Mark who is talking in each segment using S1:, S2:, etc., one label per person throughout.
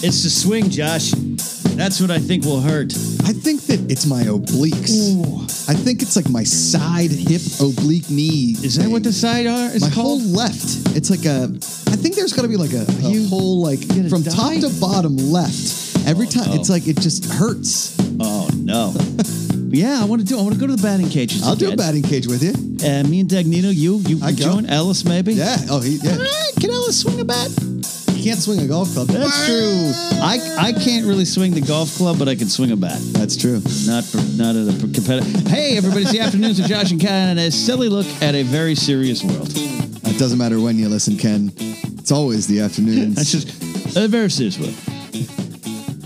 S1: It's the swing, Josh. That's what I think will hurt.
S2: I think that it's my obliques. I think it's like my side hip oblique knee.
S1: Is that what the side are is
S2: my
S1: called?
S2: whole left? It's like a. I think there's got to be like a, a
S1: You
S2: whole like
S1: gonna
S2: from
S1: die?
S2: top to bottom left. Every time it's like it just hurts.
S1: oh no. yeah, I want to do. I want to go to the batting cages.
S2: I'll do a
S1: again.
S2: batting cage with you.
S1: Uh, me and Dagnino, you, you
S2: I
S1: can
S2: go.
S1: join Ellis maybe.
S2: Yeah. Oh, he, yeah.
S1: Ah, Can Ellis swing a bat?
S2: You can't swing a golf club.
S1: That's true. I, I can't really swing the golf club, but I can swing a bat.
S2: That's true.
S1: Not for, not at a competitive. Hey, everybody! It's the afternoons with Josh and Ken, and a silly look at a very serious world.
S2: It doesn't matter when you listen, Ken. It's always the
S1: That's
S2: afternoons.
S1: just a very serious world.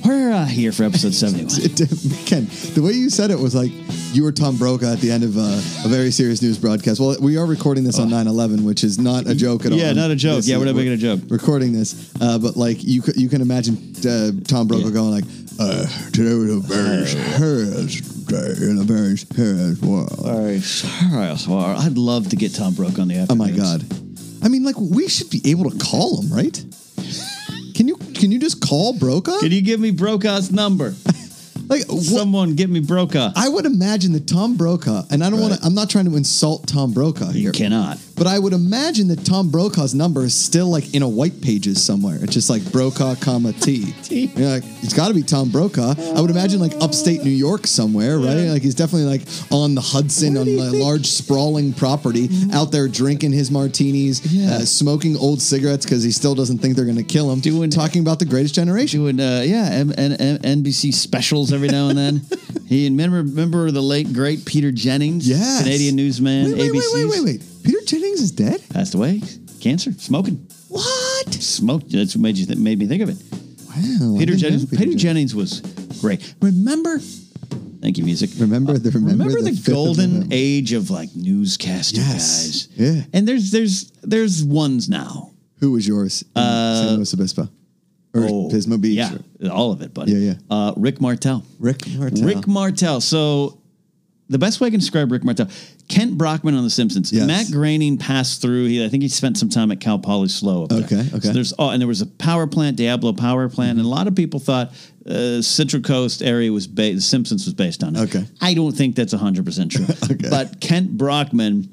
S1: We're uh, here for episode seventy-one.
S2: It, Ken, the way you said it was like you were Tom Brokaw at the end of uh, a very serious news broadcast. Well, we are recording this on 9/11, which is not a joke at all.
S1: Oh. Yeah, not a joke.
S2: This
S1: Yeah,
S2: is-
S1: we're not making a joke.
S2: Recording this, uh, but like you, c- you can imagine uh, Tom Brokaw
S1: Yeah.
S2: going like, uh, "Today was a very serious day in a very serious world."
S1: All right, sorry, sorry. I'd love to get Tom Broke on the afternoons.
S2: Oh my god! I mean, like we should be able to call him, right? Can you can you just call Brokaw?
S1: Can you give me Brokaw's number?
S2: like wh-
S1: Someone give me Brokaw.
S2: I would imagine that Tom Brokaw, and I don't want
S1: Right.
S2: to. I'm not trying to insult Tom Brokaw here,
S1: You cannot.
S2: but I would imagine that Tom Brokaw's number is still like in a white pages somewhere. It's just like Brokaw, comma T.
S1: T.
S2: You're like, it's got to be Tom Brokaw. I would imagine like upstate New York somewhere, right? Like he's definitely like on the Hudson
S1: Where
S2: on
S1: do you
S2: a
S1: think- Mm-hmm.
S2: large sprawling property, out there drinking his martinis,
S1: Yeah.
S2: uh, smoking old cigarettes because he still doesn't think they're going to kill him.
S1: Doing-
S2: talking about the Greatest Generation.
S1: doing uh, yeah M- N- N- NBC specials every now and then. he and remember, remember the late great Peter Jennings,
S2: Yes.
S1: Canadian newsman,
S2: Wait, wait, wait,
S1: ABC's
S2: wait, wait, wait. Peter Jennings is dead.
S1: passed away, cancer, smoking,
S2: What?
S1: smoked. That's what made you th- made me think of it.
S2: Wow. I
S1: Peter
S2: didn't
S1: Jennings.
S2: know
S1: Peter, Jennings was great. Remember. Thank you, music. Uh,
S2: Remember the- remember the
S1: the,
S2: fifth of
S1: golden
S2: November.
S1: age of like newscaster
S2: Yes.
S1: guys.
S2: Yeah.
S1: and there's there's there's ones now.
S2: Who was yours? in San Luis Obispo or Pismo Beach?
S1: Uh, oh, Yeah, all of it, buddy.
S2: Yeah, yeah.
S1: Uh, Rick Martel.
S2: Rick Martel.
S1: Rick Martel. So the best way I can describe Rick Martel, Kent Brockman on The Simpsons.
S2: Yes.
S1: Matt Groening passed through. He, I think he spent some time at Cal Poly Slow. Up there.
S2: Okay, okay. Mm-hmm.
S1: So there's oh, and there was a power plant, Diablo Power Plant, and a lot of people thought uh, Central Coast area was ba- The Simpsons was based on it.
S2: Okay.
S1: I don't think that's hundred percent true.
S2: Okay.
S1: But Kent Brockman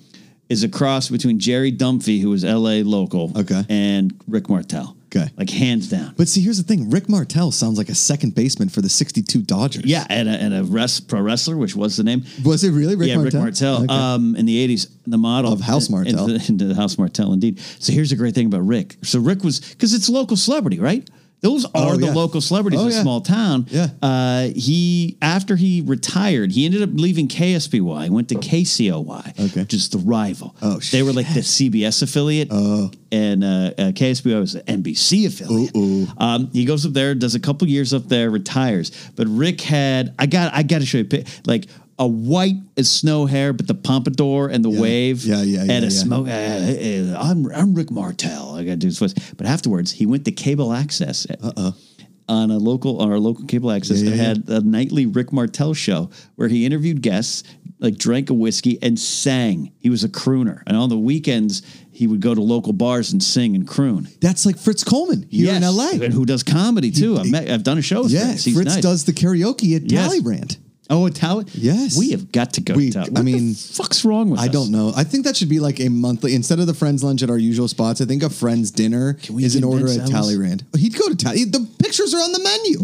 S1: is a cross between Jerry Dumphy, who was L.A. local,
S2: Okay.
S1: and Rick Martel.
S2: Okay.
S1: like hands down.
S2: But see, here's the thing. Rick Martel sounds like a second baseman for the 62 Dodgers.
S1: Yeah, and a, and a rest, pro wrestler, which was the name.
S2: Was it really Rick
S1: yeah,
S2: Martel?
S1: Rick Martel.
S2: Okay.
S1: Um, in the '80s, the model
S2: Of House Martell.
S1: Into, into the House Martell, indeed. So here's a great thing about Rick. So Rick was because it's local celebrity, right? Those are the
S2: yeah.
S1: local celebrities
S2: Oh,
S1: in
S2: yeah.
S1: a small town.
S2: Yeah.
S1: Uh, he after he retired, he ended up leaving KSBY, went to KCOY,
S2: Oh. Okay.
S1: which is the rival.
S2: Oh,
S1: they were like the CBS affiliate, oh. and uh, uh, KSBY was the NBC affiliate. Um, he goes up there, does a couple years up there, retires. But Rick had I got I got to show you a pic- like a white as snow hair, but the pompadour and the wave,
S2: Yeah, yeah,
S1: and
S2: yeah,
S1: a
S2: yeah.
S1: smoke. uh, uh, I'm I'm Rick Martel. I got to do this voice. But afterwards, he went to cable access. Uh-uh. On a local, on our local cable access,
S2: Yeah,
S1: and
S2: yeah,
S1: had a nightly Rick Martel show where he interviewed guests, like drank a whiskey and sang. He was a crooner, and on the weekends he would go to local bars and sing and croon.
S2: That's like Fritz Coleman here in LA.
S1: and who does comedy too? I've, met, I've done a show with
S2: Yeah,
S1: Fritz. He's
S2: Fritz
S1: nice.
S2: does the karaoke at
S1: Yes.
S2: Talleyrand.
S1: Oh, Italian.
S2: Yes.
S1: we have got to go
S2: We-
S1: to Italian.
S2: I
S1: What
S2: mean,
S1: the fuck's wrong with
S2: I
S1: us?
S2: don't know. I think that should be like a monthly instead of the friends lunch at our usual spots. I think a friends dinner
S1: we
S2: is an
S1: convince
S2: order at
S1: Alice?
S2: Talleyrand. He'd go to Talleyrand. The pictures are on the menu.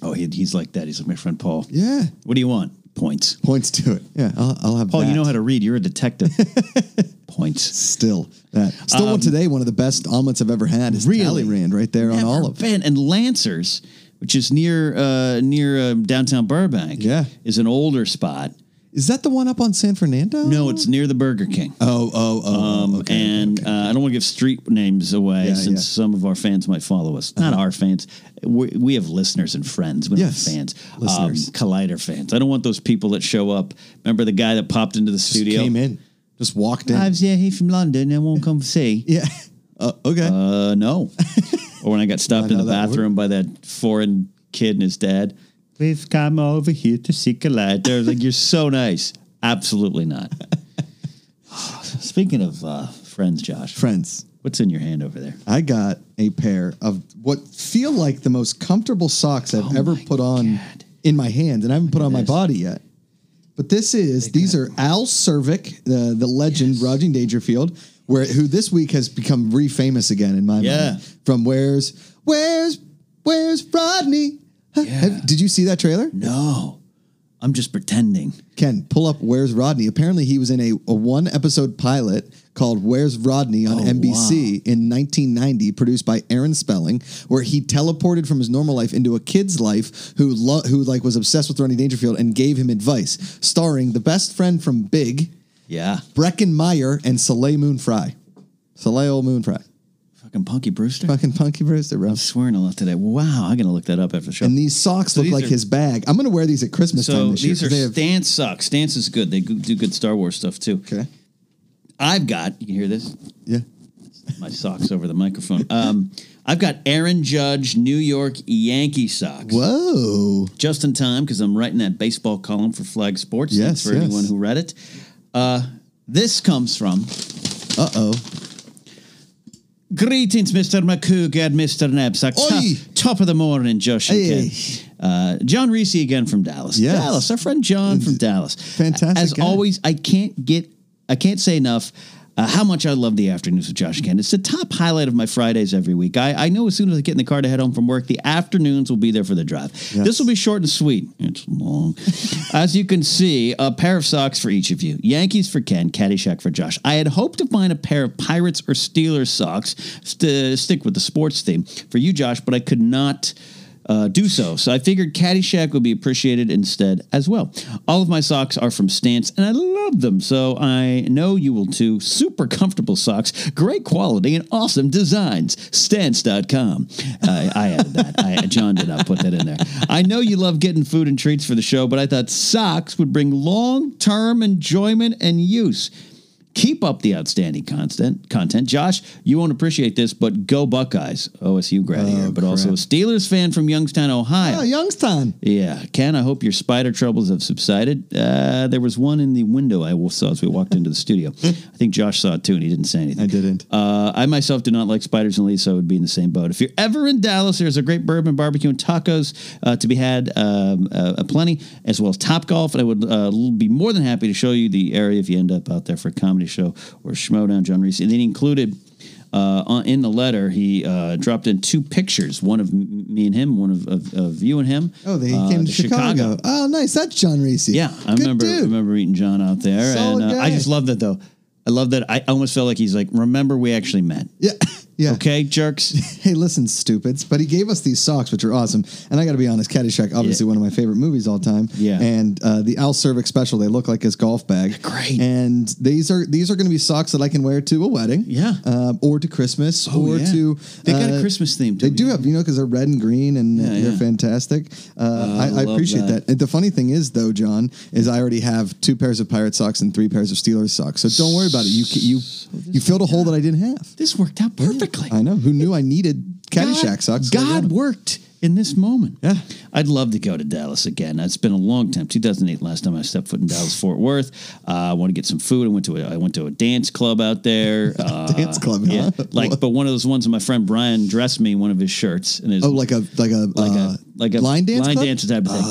S1: Oh, he, he's like that. He's like my friend Paul.
S2: Yeah,
S1: What do you want? Points.
S2: points to it. Yeah, I'll, I'll have.
S1: Paul,
S2: that.
S1: you know how to read. You're a detective. Points.
S2: Still, that still one today. One of the best omelets I've ever had is
S1: Um, Really?
S2: Talleyrand right there on
S1: Never
S2: all of
S1: been. And Lancers, which is near uh, near um, downtown Burbank,
S2: Yeah.
S1: is an older spot.
S2: Is that the one up on San Fernando?
S1: No, it's near the Burger King.
S2: Oh, oh, oh.
S1: Um,
S2: okay.
S1: and Uh, I don't want to give street names away
S2: Yeah,
S1: since
S2: yeah. Uh-huh.
S1: some of our fans might follow us. Not our fans. We, we have listeners and friends. We don't have
S2: Yes.
S1: fans.
S2: Listeners.
S1: Um, Collider fans. I don't want those people that show up. Remember the guy that popped into the
S2: Just
S1: studio?
S2: came in, just walked in.
S1: I was, yeah, he from London. I won't come see.
S2: yeah. Uh, okay.
S1: Uh, no. or when I got stopped in
S2: know
S1: the
S2: that
S1: bathroom by that foreign kid and his dad. We've come over here to see Collider. I was like, you're so nice. Absolutely not. Speaking of uh, friends, Josh.
S2: Friends.
S1: What's in your hand over there?
S2: I got a pair of what feel like the most comfortable socks I've ever
S1: Oh my
S2: put on
S1: God.
S2: in my hand, and I haven't put on my
S1: this.
S2: body yet. But this is these are Al Cervic, the the legend Rodging Dangerfield, where who this week has become re-famous again in my
S1: Yeah.
S2: mind from where's where's where's Rodney? Huh?
S1: Yeah.
S2: Did you see that trailer?
S1: No, I'm just pretending.
S2: Ken, pull up Where's Rodney. Apparently, he was in a, a one episode pilot called Where's Rodney on
S1: Oh,
S2: NBC in 1990, produced by Aaron Spelling, where he teleported from his normal life into a kid's life who lo- who like was obsessed with Rodney Dangerfield and gave him advice, starring the best friend from Big,
S1: Yeah,
S2: Brecken Meyer, and Soleil Moon Frye. Soleil Moon Frye.
S1: fucking Punky Brewster.
S2: Fucking Punky Brewster, bro.
S1: Swearing a lot today. Wow, I'm gonna look that up after the show.
S2: And these socks look
S1: these
S2: like
S1: are-
S2: his bag. I'm going to wear these at Christmas time
S1: so
S2: this year.
S1: these
S2: 'cause they
S1: are
S2: have-
S1: Stance socks. Stance is good. They go- do good Star Wars stuff too.
S2: okay.
S1: I've got. You can hear this.
S2: Yeah.
S1: my socks over the microphone. Um, I've got Aaron Judge New York Yankee socks.
S2: Whoa.
S1: Just in time because I'm writing that baseball column for Flag Sports.
S2: Yes,
S1: Thanks for
S2: yes.
S1: anyone who read it. Uh, this comes from
S2: Uh oh.
S1: Greetings, Mr. McCoog and Mr. Knapsack. Top,
S2: Oi.
S1: top of the morning, Josh and
S2: Hey.
S1: Ken. Uh, John Reese again from Dallas.
S2: Yes.
S1: Dallas, our friend John from Dallas.
S2: Fantastic
S1: As
S2: guy.
S1: always, I can't get, I can't say enough. Uh, how much I love the afternoons with Josh and Ken. It's the top highlight of my Fridays every week. I, I know as soon as I get in the car to head home from work, the afternoons will be there for the drive. This will be short and sweet. It's long. as you can see, a pair of socks for each of you Yankees for Ken, Caddyshack for Josh. I had hoped to find a pair of Pirates or Steelers socks to stick with the sports theme for you, Josh, but I could not uh, do so. So I figured Caddyshack would be appreciated instead as well. All of my socks are from Stance, and I love them. So I know you will too. Super comfortable socks, great quality, and awesome designs. Stance.com. I, I added that. I, John did not put that in there. I know you love getting food and treats for the show, but I thought socks would bring long term enjoyment and use. Keep up the outstanding content. Content, Josh. You won't appreciate this, but go Buckeyes, OSU grad here, but also a Steelers fan from Youngstown, Ohio.
S2: Oh, Youngstown.
S1: Yeah, Ken. I hope your spider troubles have subsided. Uh, there was one in the window I saw as we walked into the studio. I think Josh saw it too, and he didn't say anything.
S2: I didn't.
S1: Uh, I myself do not like spiders and leaves, so I would be in the same boat. If you're ever in Dallas, there's a great bourbon barbecue and tacos uh, to be had um, uh, plenty, as well as Top Golf. And I would uh, be more than happy to show you the area if you end up out there for a comedy show or Schmodown, John Reese. And then he included. Uh, on- in the letter, he uh, dropped in two pictures: one of m- me and him, one of, of, of you and him.
S2: Oh, they
S1: uh,
S2: came
S1: to
S2: to Chicago. Oh, nice. That's John Reese.
S1: yeah, I
S2: Good
S1: remember
S2: Dude.
S1: remember meeting John out there,
S2: Solid
S1: and uh, I
S2: guy.
S1: just love that though. I love that. I almost felt like he's like, "Remember, we actually met."
S2: Yeah. Yeah.
S1: Okay, jerks.
S2: Hey, listen, stupids. But he gave us these socks, which are awesome. And I got to be honest, Caddyshack, obviously
S1: Yeah.
S2: one of my favorite movies all time.
S1: Yeah.
S2: And uh, the Al Cervic special, they look like his golf bag.
S1: great.
S2: And these are these are going to be socks that I can wear to a wedding.
S1: Yeah. Oh,
S2: Uh, or to Christmas. or
S1: yeah.
S2: to.
S1: They got a
S2: uh,
S1: Christmas theme,
S2: They
S1: don't
S2: do
S1: they?
S2: have, you know, because they're red and green and
S1: Yeah,
S2: they're
S1: yeah. Oh,
S2: fantastic. Uh, I, I
S1: love
S2: appreciate that.
S1: that.
S2: And the funny thing is, though, John, is I already have two pairs of Pirate socks and three pairs of Steelers socks. So don't worry about it. You you you filled a hole that I didn't have.
S1: This worked out perfectly.
S2: I know. Who knew I needed Caddyshack
S1: God,
S2: socks? So I got
S1: God
S2: 'em.
S1: worked in this moment.
S2: Yeah.
S1: I'd love to go to Dallas again. It's been a long time. 2008, last time I stepped foot in Dallas, Fort Worth. Uh, I want to get some food. I went to a, I went to a dance club out there. Uh,
S2: Dance club,
S1: yeah.
S2: huh?
S1: Like, but one of those ones. My friend Brian dressed me in one of his shirts, and his
S2: Oh, like a like a like uh, a
S1: like a
S2: line dance
S1: line
S2: club?
S1: dancer type of thing.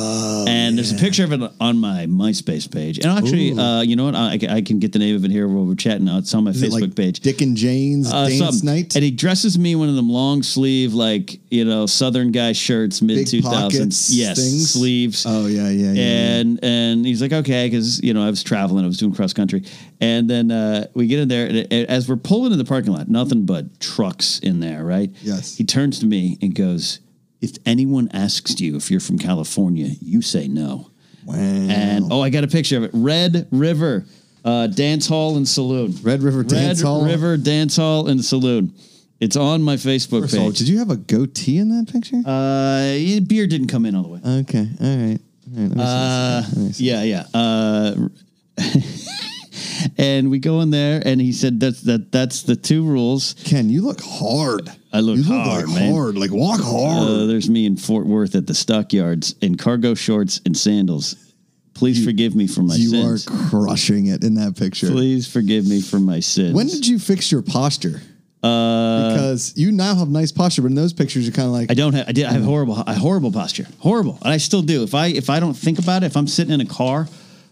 S1: and there's a picture of it on my MySpace page. And actually, uh, you know what? I, I can get the name of it here while we're chatting. It's on my
S2: Is it
S1: Facebook
S2: like
S1: page.
S2: Dick and Jane's
S1: Uh,
S2: dance
S1: something.
S2: night.
S1: And he dresses me in one of them long sleeve, like, you know, Southern guy shirts, mid 2000s.
S2: pockets,
S1: Yes,
S2: things?
S1: sleeves.
S2: oh yeah, yeah, yeah. yeah.
S1: and and he's like, okay, because you know I was traveling, I was doing cross country, and then uh, we get in there, and a- as we're pulling in the parking lot, nothing but trucks in there, right?
S2: Yes.
S1: He turns to me and goes, "If anyone asks you if you're from California, you say no."
S2: Wow.
S1: And oh, I got a picture of it. Red River uh, Dance Hall and Saloon.
S2: Red River Dance
S1: Red
S2: Hall.
S1: River Dance Hall and Saloon. It's on my Facebook
S2: First of all,
S1: page.
S2: did you have a goatee in that picture?
S1: uh, yeah, beer didn't come in all the way.
S2: okay, all right. All right, let me see this.
S1: Uh,
S2: Let me see.
S1: yeah, yeah. Uh, and we go in there, and he said that's that that's the two rules.
S2: Ken, you look hard.
S1: I look
S2: you
S1: hard,
S2: like
S1: man.
S2: hard. Like walk hard.
S1: Uh, there's me in Fort Worth at the stockyards in cargo shorts and sandals. Please forgive me for my
S2: you
S1: sins.
S2: are crushing it in that picture.
S1: Please forgive me for my sins.
S2: When did you fix your posture?
S1: Uh,
S2: because you now have nice posture, but in those pictures, you're kind of like,
S1: I don't have. I did. I have horrible. I horrible posture. Horrible. And I still do. If I if I don't think about it, if I'm sitting in a car,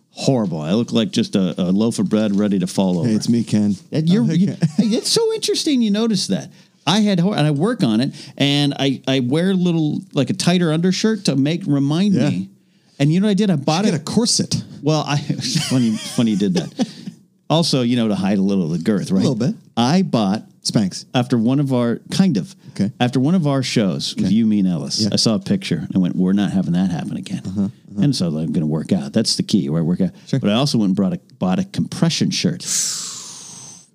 S1: horrible. I look like just a, a loaf of bread ready to fall over.
S2: hey, it's me, Ken.
S1: And you're,
S2: Oh, Okay.
S1: you- it's so interesting. You notice that I had hor- and I work on it, and I I wear little like a tighter undershirt to make remind
S2: Yeah.
S1: me. And you know what I did? I bought
S2: Get
S1: it.
S2: a corset.
S1: Well, I it's funny funny you did that. Also, you know, to hide a little of the girth, right?
S2: little bit.
S1: I bought
S2: Spanx.
S1: after one of our kind of
S2: Okay.
S1: after one of our shows with you, me, and Ellis. I saw a picture and I went, "We're not having that happen again."
S2: Uh-huh,
S1: And so I'm going to work out. That's the key. Where I work out. But I also went and brought a bought a compression shirt.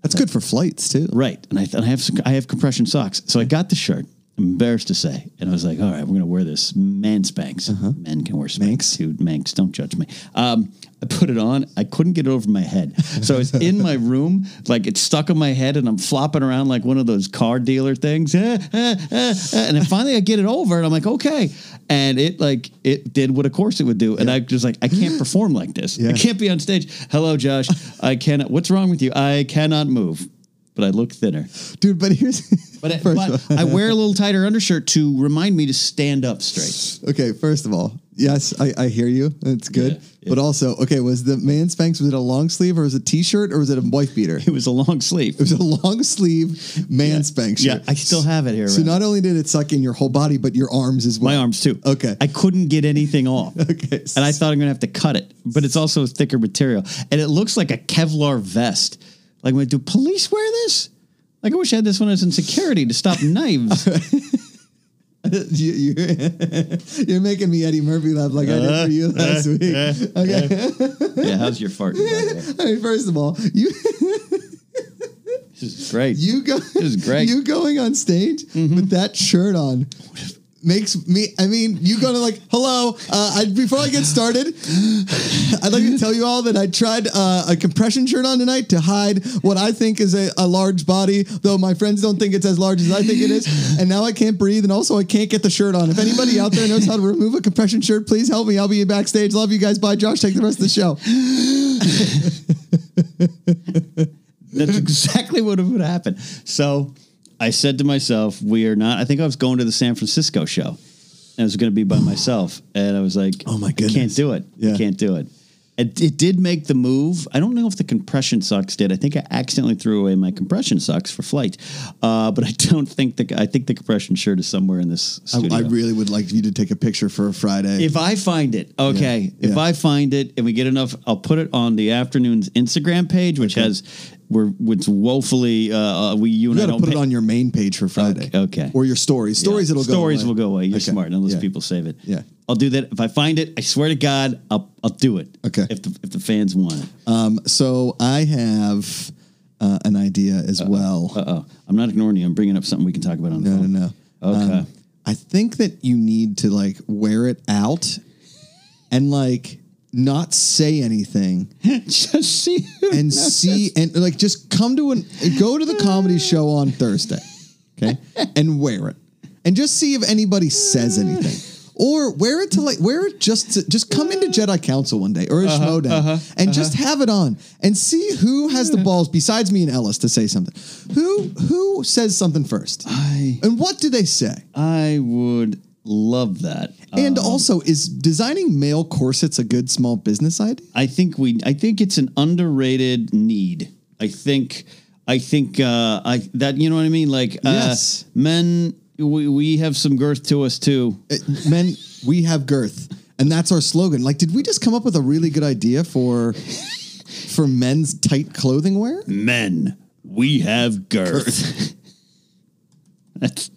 S2: That's good for flights too.
S1: Right. And I, th- and I have some, I have compression socks. So I got the shirt. I'm embarrassed to say, and I was like, "All right, we're gonna wear this man spanks. Men can wear spanks too. Manx, don't judge me." Um, I put it on. I couldn't get it over my head, so I was in my room, like it's stuck on my head, and I'm flopping around like one of those car dealer things. Eh, eh, eh, eh. And then finally, I get it over, and I'm like, "Okay." And it like it did what a corset would do, and I just like I can't perform like this.
S2: Yeah.
S1: I can't be on stage. Hello, Josh. I cannot. What's wrong with you? I cannot move. But I look thinner.
S2: Dude, but here's
S1: But,
S2: first
S1: but
S2: of
S1: I wear a little tighter undershirt to remind me to stand up straight.
S2: all- okay, first of all, yes, I, I hear you. It's good.
S1: Yeah, yeah.
S2: But also, okay, was the man Spanx, was it a long sleeve or was it a t-shirt or was it a wife beater?
S1: It was a long sleeve.
S2: It was a long sleeve man Spanx
S1: Yeah,
S2: shirt.
S1: I still have it here.
S2: So
S1: around.
S2: not only did it suck in your whole body, but your arms as well.
S1: my arms too.
S2: Okay.
S1: I couldn't get anything off.
S2: Okay.
S1: And I thought I'm gonna have to cut it, but it's also a thicker material, and it looks like a Kevlar vest. Like, wait, do police wear this? Like, I wish I had this when I was in security to stop knives.
S2: you, you, you're making me Eddie Murphy laugh like I
S1: Uh-huh.
S2: did for you last week. okay.
S1: yeah, how's your fart? This
S2: I mean, first of all, you
S1: is great.
S2: you go
S1: was Mm-hmm. great.
S2: You going on stage with that shirt on makes me I mean, you go to like, hello, uh, I, before I get started, I'd like to tell you all that I tried uh, a compression shirt on tonight to hide what I think is a, a large body, though my friends don't think it's as large as I think it is. And now I can't breathe and also I can't get the shirt on. If anybody out there knows how to remove a compression shirt, please help me. I'll be backstage. Love you guys. Bye, Josh. Take the rest of the show.
S1: That's exactly what would happen. So I said to myself, we are not, I think I was going to the San Francisco show and I was going to be by myself. And I was like,
S2: Oh my
S1: I can't
S2: goodness.
S1: do it.
S2: Yeah.
S1: I can't do it. it. It did make the move. I don't know if the compression socks did. I think I accidentally threw away my compression socks for flight. Uh, but I don't think the, I think the compression shirt is somewhere in this studio.
S2: I, I really would like you to take a picture for a Friday.
S1: If I find it, okay.
S2: Yeah,
S1: If
S2: yeah.
S1: I find it and we get enough, I'll put it on the afternoon's Instagram page, which has we're which woefully uh, uh, we you and
S2: You
S1: I
S2: got to
S1: don't
S2: put it
S1: pay-
S2: on your main page for Friday.
S1: Okay, okay.
S2: Or your stories. Stories
S1: Yeah.
S2: it'll go
S1: stories
S2: away.
S1: will go away. You're
S2: Okay,
S1: smart unless
S2: yeah.
S1: people save it.
S2: Yeah.
S1: I'll do that if I find it. I swear to God, I'll I'll do it.
S2: Okay.
S1: if the if the fans want it.
S2: Um, so I have uh, an idea as well.
S1: Uh oh, I'm not ignoring you. I'm bringing up something we can talk about on the
S2: no,
S1: phone.
S2: no, no.
S1: Okay.
S2: Um, I think that you need to like wear it out and like not say anything
S1: Just see. who
S2: and
S1: knows.
S2: see and like just come to an go to the comedy show on Thursday, okay, and wear it, and just see if anybody says anything, or wear it to like wear it just to, just come into Jedi Council one day or a Schmodown and just have it on and see who has the balls besides me and Ellis to say something. Who who says something first,
S1: I
S2: and what do they say?
S1: I would love that.
S2: And also, is designing male corsets a good small business idea?
S1: I think we. I think it's an underrated need. I think. I think. Uh, I that you know what I mean. Like uh,
S2: Yes.
S1: men. We, we have some girth to us too.
S2: Uh, men, we have girth, and that's our slogan. Like, did we just come up with a really good idea for for men's tight clothing wear?
S1: Men, we have girth. That's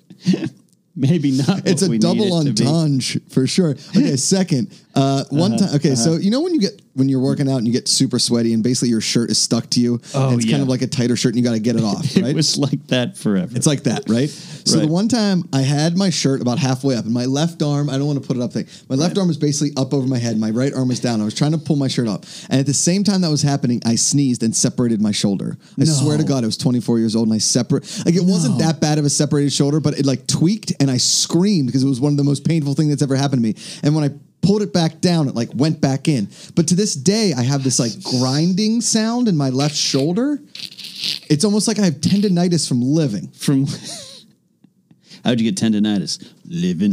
S1: maybe not.
S2: It's
S1: what
S2: a
S1: we
S2: double
S1: need it to be.
S2: entendre for sure. Okay, second, uh, one
S1: Uh-huh,
S2: time. Okay, so you know when you get when you're working out and you get super sweaty and basically your shirt is stuck to you.
S1: Oh,
S2: and it's kind
S1: yeah.
S2: of like a tighter shirt and you got to get it off.
S1: It
S2: right?
S1: was like that forever.
S2: It's like that, right? So
S1: Right.
S2: the one time I had my shirt about halfway up, and my left arm—I don't want to put it up thing. My left arm was basically up over my head. My right arm was down. I was trying to pull my shirt up, and at the same time that was happening, I sneezed and separated my shoulder. I swear to God, I was 24 years old, and I separate. Like it wasn't that bad of a separated shoulder, but it like tweaked, and I screamed because it was one of the most painful things that's ever happened to me. And when I pulled it back down. It like went back in. But to this day, I have this like grinding sound in my left shoulder. It's almost like I have tendonitis from living.
S1: From how'd you get tendonitis? Living,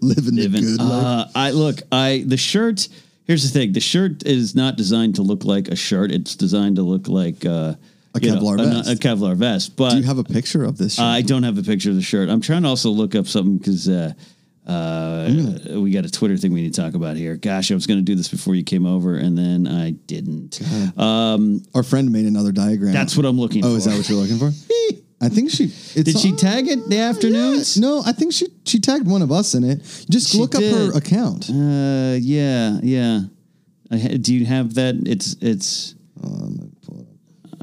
S2: living,
S1: living.
S2: the good life.
S1: Uh, I look. I the shirt. Here's the thing. The shirt is not designed to look like a shirt. It's designed to look like uh,
S2: A
S1: you know,
S2: Kevlar
S1: a-
S2: vest.
S1: A, Kevlar vest. But
S2: Do you have a picture of this? Shirt?
S1: I don't have a picture of the shirt. I'm trying to also look up something because uh, uh, we got a Twitter thing we need to talk about here. Gosh, I was going to do this before you came over, and then I didn't.
S2: Our friend made another diagram.
S1: That's what I'm looking
S2: Oh,
S1: for.
S2: is that what you're looking for? I think she it's
S1: Did she
S2: on-
S1: tag it the afternoons?
S2: No, I think she she tagged one of us in it. Just
S1: She
S2: look up
S1: did.
S2: her account.
S1: Uh, yeah, yeah. I ha- do you have that? It's it's
S2: Oh,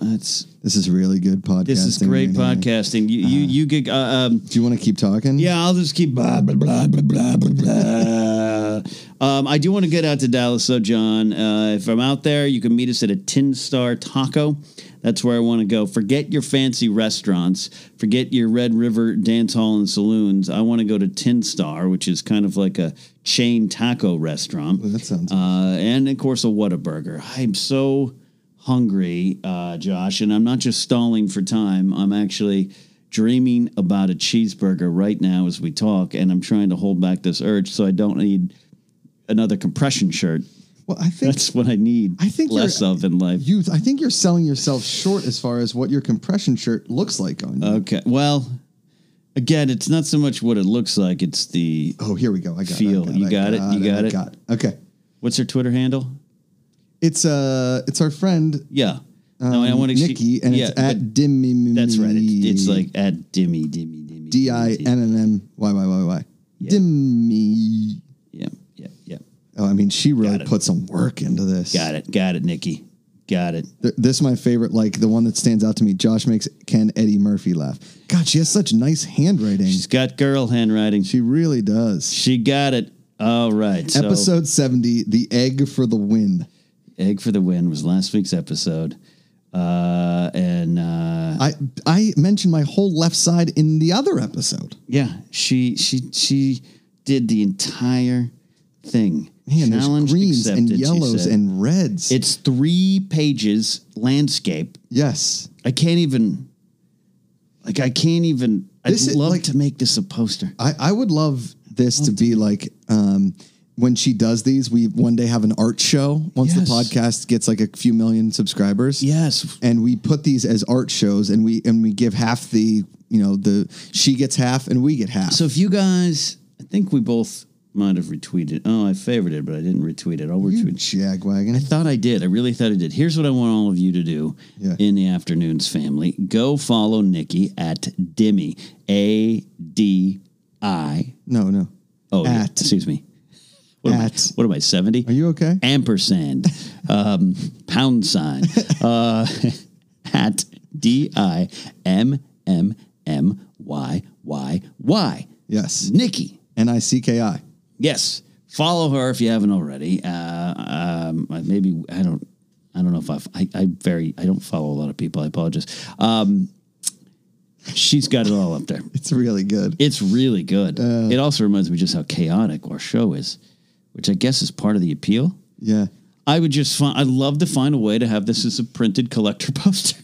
S1: it's.
S2: This is really good podcasting.
S1: This is great
S2: right here. Uh-huh.
S1: podcasting. You you you get. Uh, um,
S2: Do you want to keep talking?
S1: yeah, I'll just keep blah blah blah blah blah blah. blah. Um, I do want to get out to Dallas, though, John. Uh, if I'm out there, you can meet us at a Tin Star Taco. That's where I want to go. Forget your fancy restaurants. Forget your Red River dance hall and saloons. I want to go to Tin Star, which is kind of like a chain taco restaurant.
S2: Oh, That sounds
S1: Uh, and of course, a Whataburger. I'm so hungry, uh, Josh, and I'm not just stalling for time. I'm actually dreaming about a cheeseburger right now as we talk, and I'm trying to hold back this urge so I don't need another compression shirt.
S2: Well, I think
S1: That's what I need
S2: I think
S1: less
S2: you're-
S1: of in life.
S2: you I think you're selling yourself short as far as what your compression shirt looks like on you.
S1: okay. Well, again, it's not so much what it looks like, it's the
S2: oh, here we go. I got
S1: feel.
S2: it. I
S1: You got it, you got
S2: I
S1: it.
S2: Okay.
S1: what's her Twitter handle?
S2: It's uh it's our friend
S1: Yeah.
S2: um,
S1: I wanna see-
S2: Nikki and it's
S1: yeah,
S2: at
S1: but
S2: Dimmy.
S1: That's right. It's, it's like at Dimmy, Dimmy, Dimmy.
S2: D I
S1: Dimmy.
S2: M M M Y Y Y Y.
S1: Yeah.
S2: Dimmy.
S1: Yeah, yeah, yeah.
S2: Oh, I mean, she really
S1: Got it.
S2: put some work into this.
S1: Got it, got it, Nikki. Got it.
S2: Th- This is my favorite, like the one that stands out to me. Josh makes Ken Eddie Murphy laugh. God, she has such nice handwriting.
S1: She's got girl handwriting.
S2: she really does.
S1: She got it. All right. So
S2: Episode 70, The Egg for the Win.
S1: Egg for the Win was last week's episode. Uh, and uh,
S2: I I mentioned my whole left side in the other episode.
S1: yeah, she she she did the entire thing.
S2: Man, there's greens and
S1: accepted, she
S2: yellows
S1: said.
S2: and reds.
S1: it's three pages landscape.
S2: yes.
S1: I can't even like I can't even
S2: This
S1: I'd
S2: is
S1: love
S2: like-
S1: to make this a poster.
S2: I, I would love this to be like um, when she does these, we one day have an art show once
S1: Yes.
S2: the podcast gets like a few million subscribers.
S1: Yes.
S2: And we put these as art shows and we and we give half the you know, the she gets half and we get half.
S1: So if you guys, I think we both might have retweeted. Oh, I favored it, but I didn't retweet it. I'll
S2: you
S1: retweet.
S2: jagwagon.
S1: I thought I did. I really thought I did. Here's what I want all of you to do
S2: Yeah.
S1: in the afternoons, family. Go follow Nikki at Dimi A D I.
S2: no, no.
S1: Oh, yeah,
S2: At.
S1: excuse me. What am I-
S2: At.
S1: what am I? Seventy.
S2: Are you okay?
S1: ampersand, um, pound sign, uh, at D I M M M Y Y Y.
S2: Yes.
S1: Nikki.
S2: N I C K I.
S1: Yes, follow her if you haven't already. Uh, um, I- maybe I don't. I don't know if I've, I. I very. I don't follow a lot of people. I apologize. Um, she's got it all up there.
S2: It's really good.
S1: It's really good.
S2: Uh,
S1: it also reminds me just how chaotic our show is, which I guess is part of the appeal.
S2: yeah.
S1: I would just find. I'd love to find a way to have this as a printed collector poster.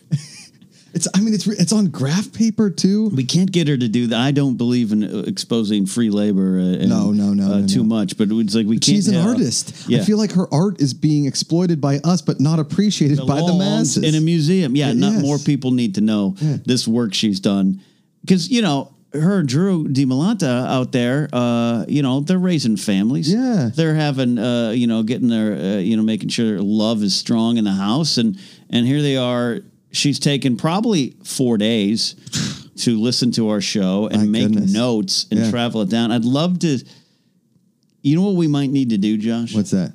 S2: It's I mean it's re- it's on graph paper too.
S1: we can't get her to do that. I don't believe in uh, exposing free labor. Uh, and,
S2: No, no, no,
S1: uh,
S2: no,
S1: too
S2: no.
S1: much. But it's like we can't.
S2: She's an
S1: yeah.
S2: artist.
S1: Yeah.
S2: I feel like her art is being exploited by us, but not appreciated by the
S1: belongs
S2: masses.
S1: in a museum. Yeah, not
S2: yes.
S1: more people need to know this work she's done because you know her and Drew DiMolanta out there. Uh, you know they're raising families.
S2: Yeah.
S1: they're having uh, you know getting their uh, you know making sure love is strong in the house and and here they are. She's taken probably four days to listen to our show and
S2: My
S1: make
S2: goodness.
S1: notes and
S2: Yeah.
S1: travel it down. I'd love to. You know what we might need to do, Josh?
S2: What's that?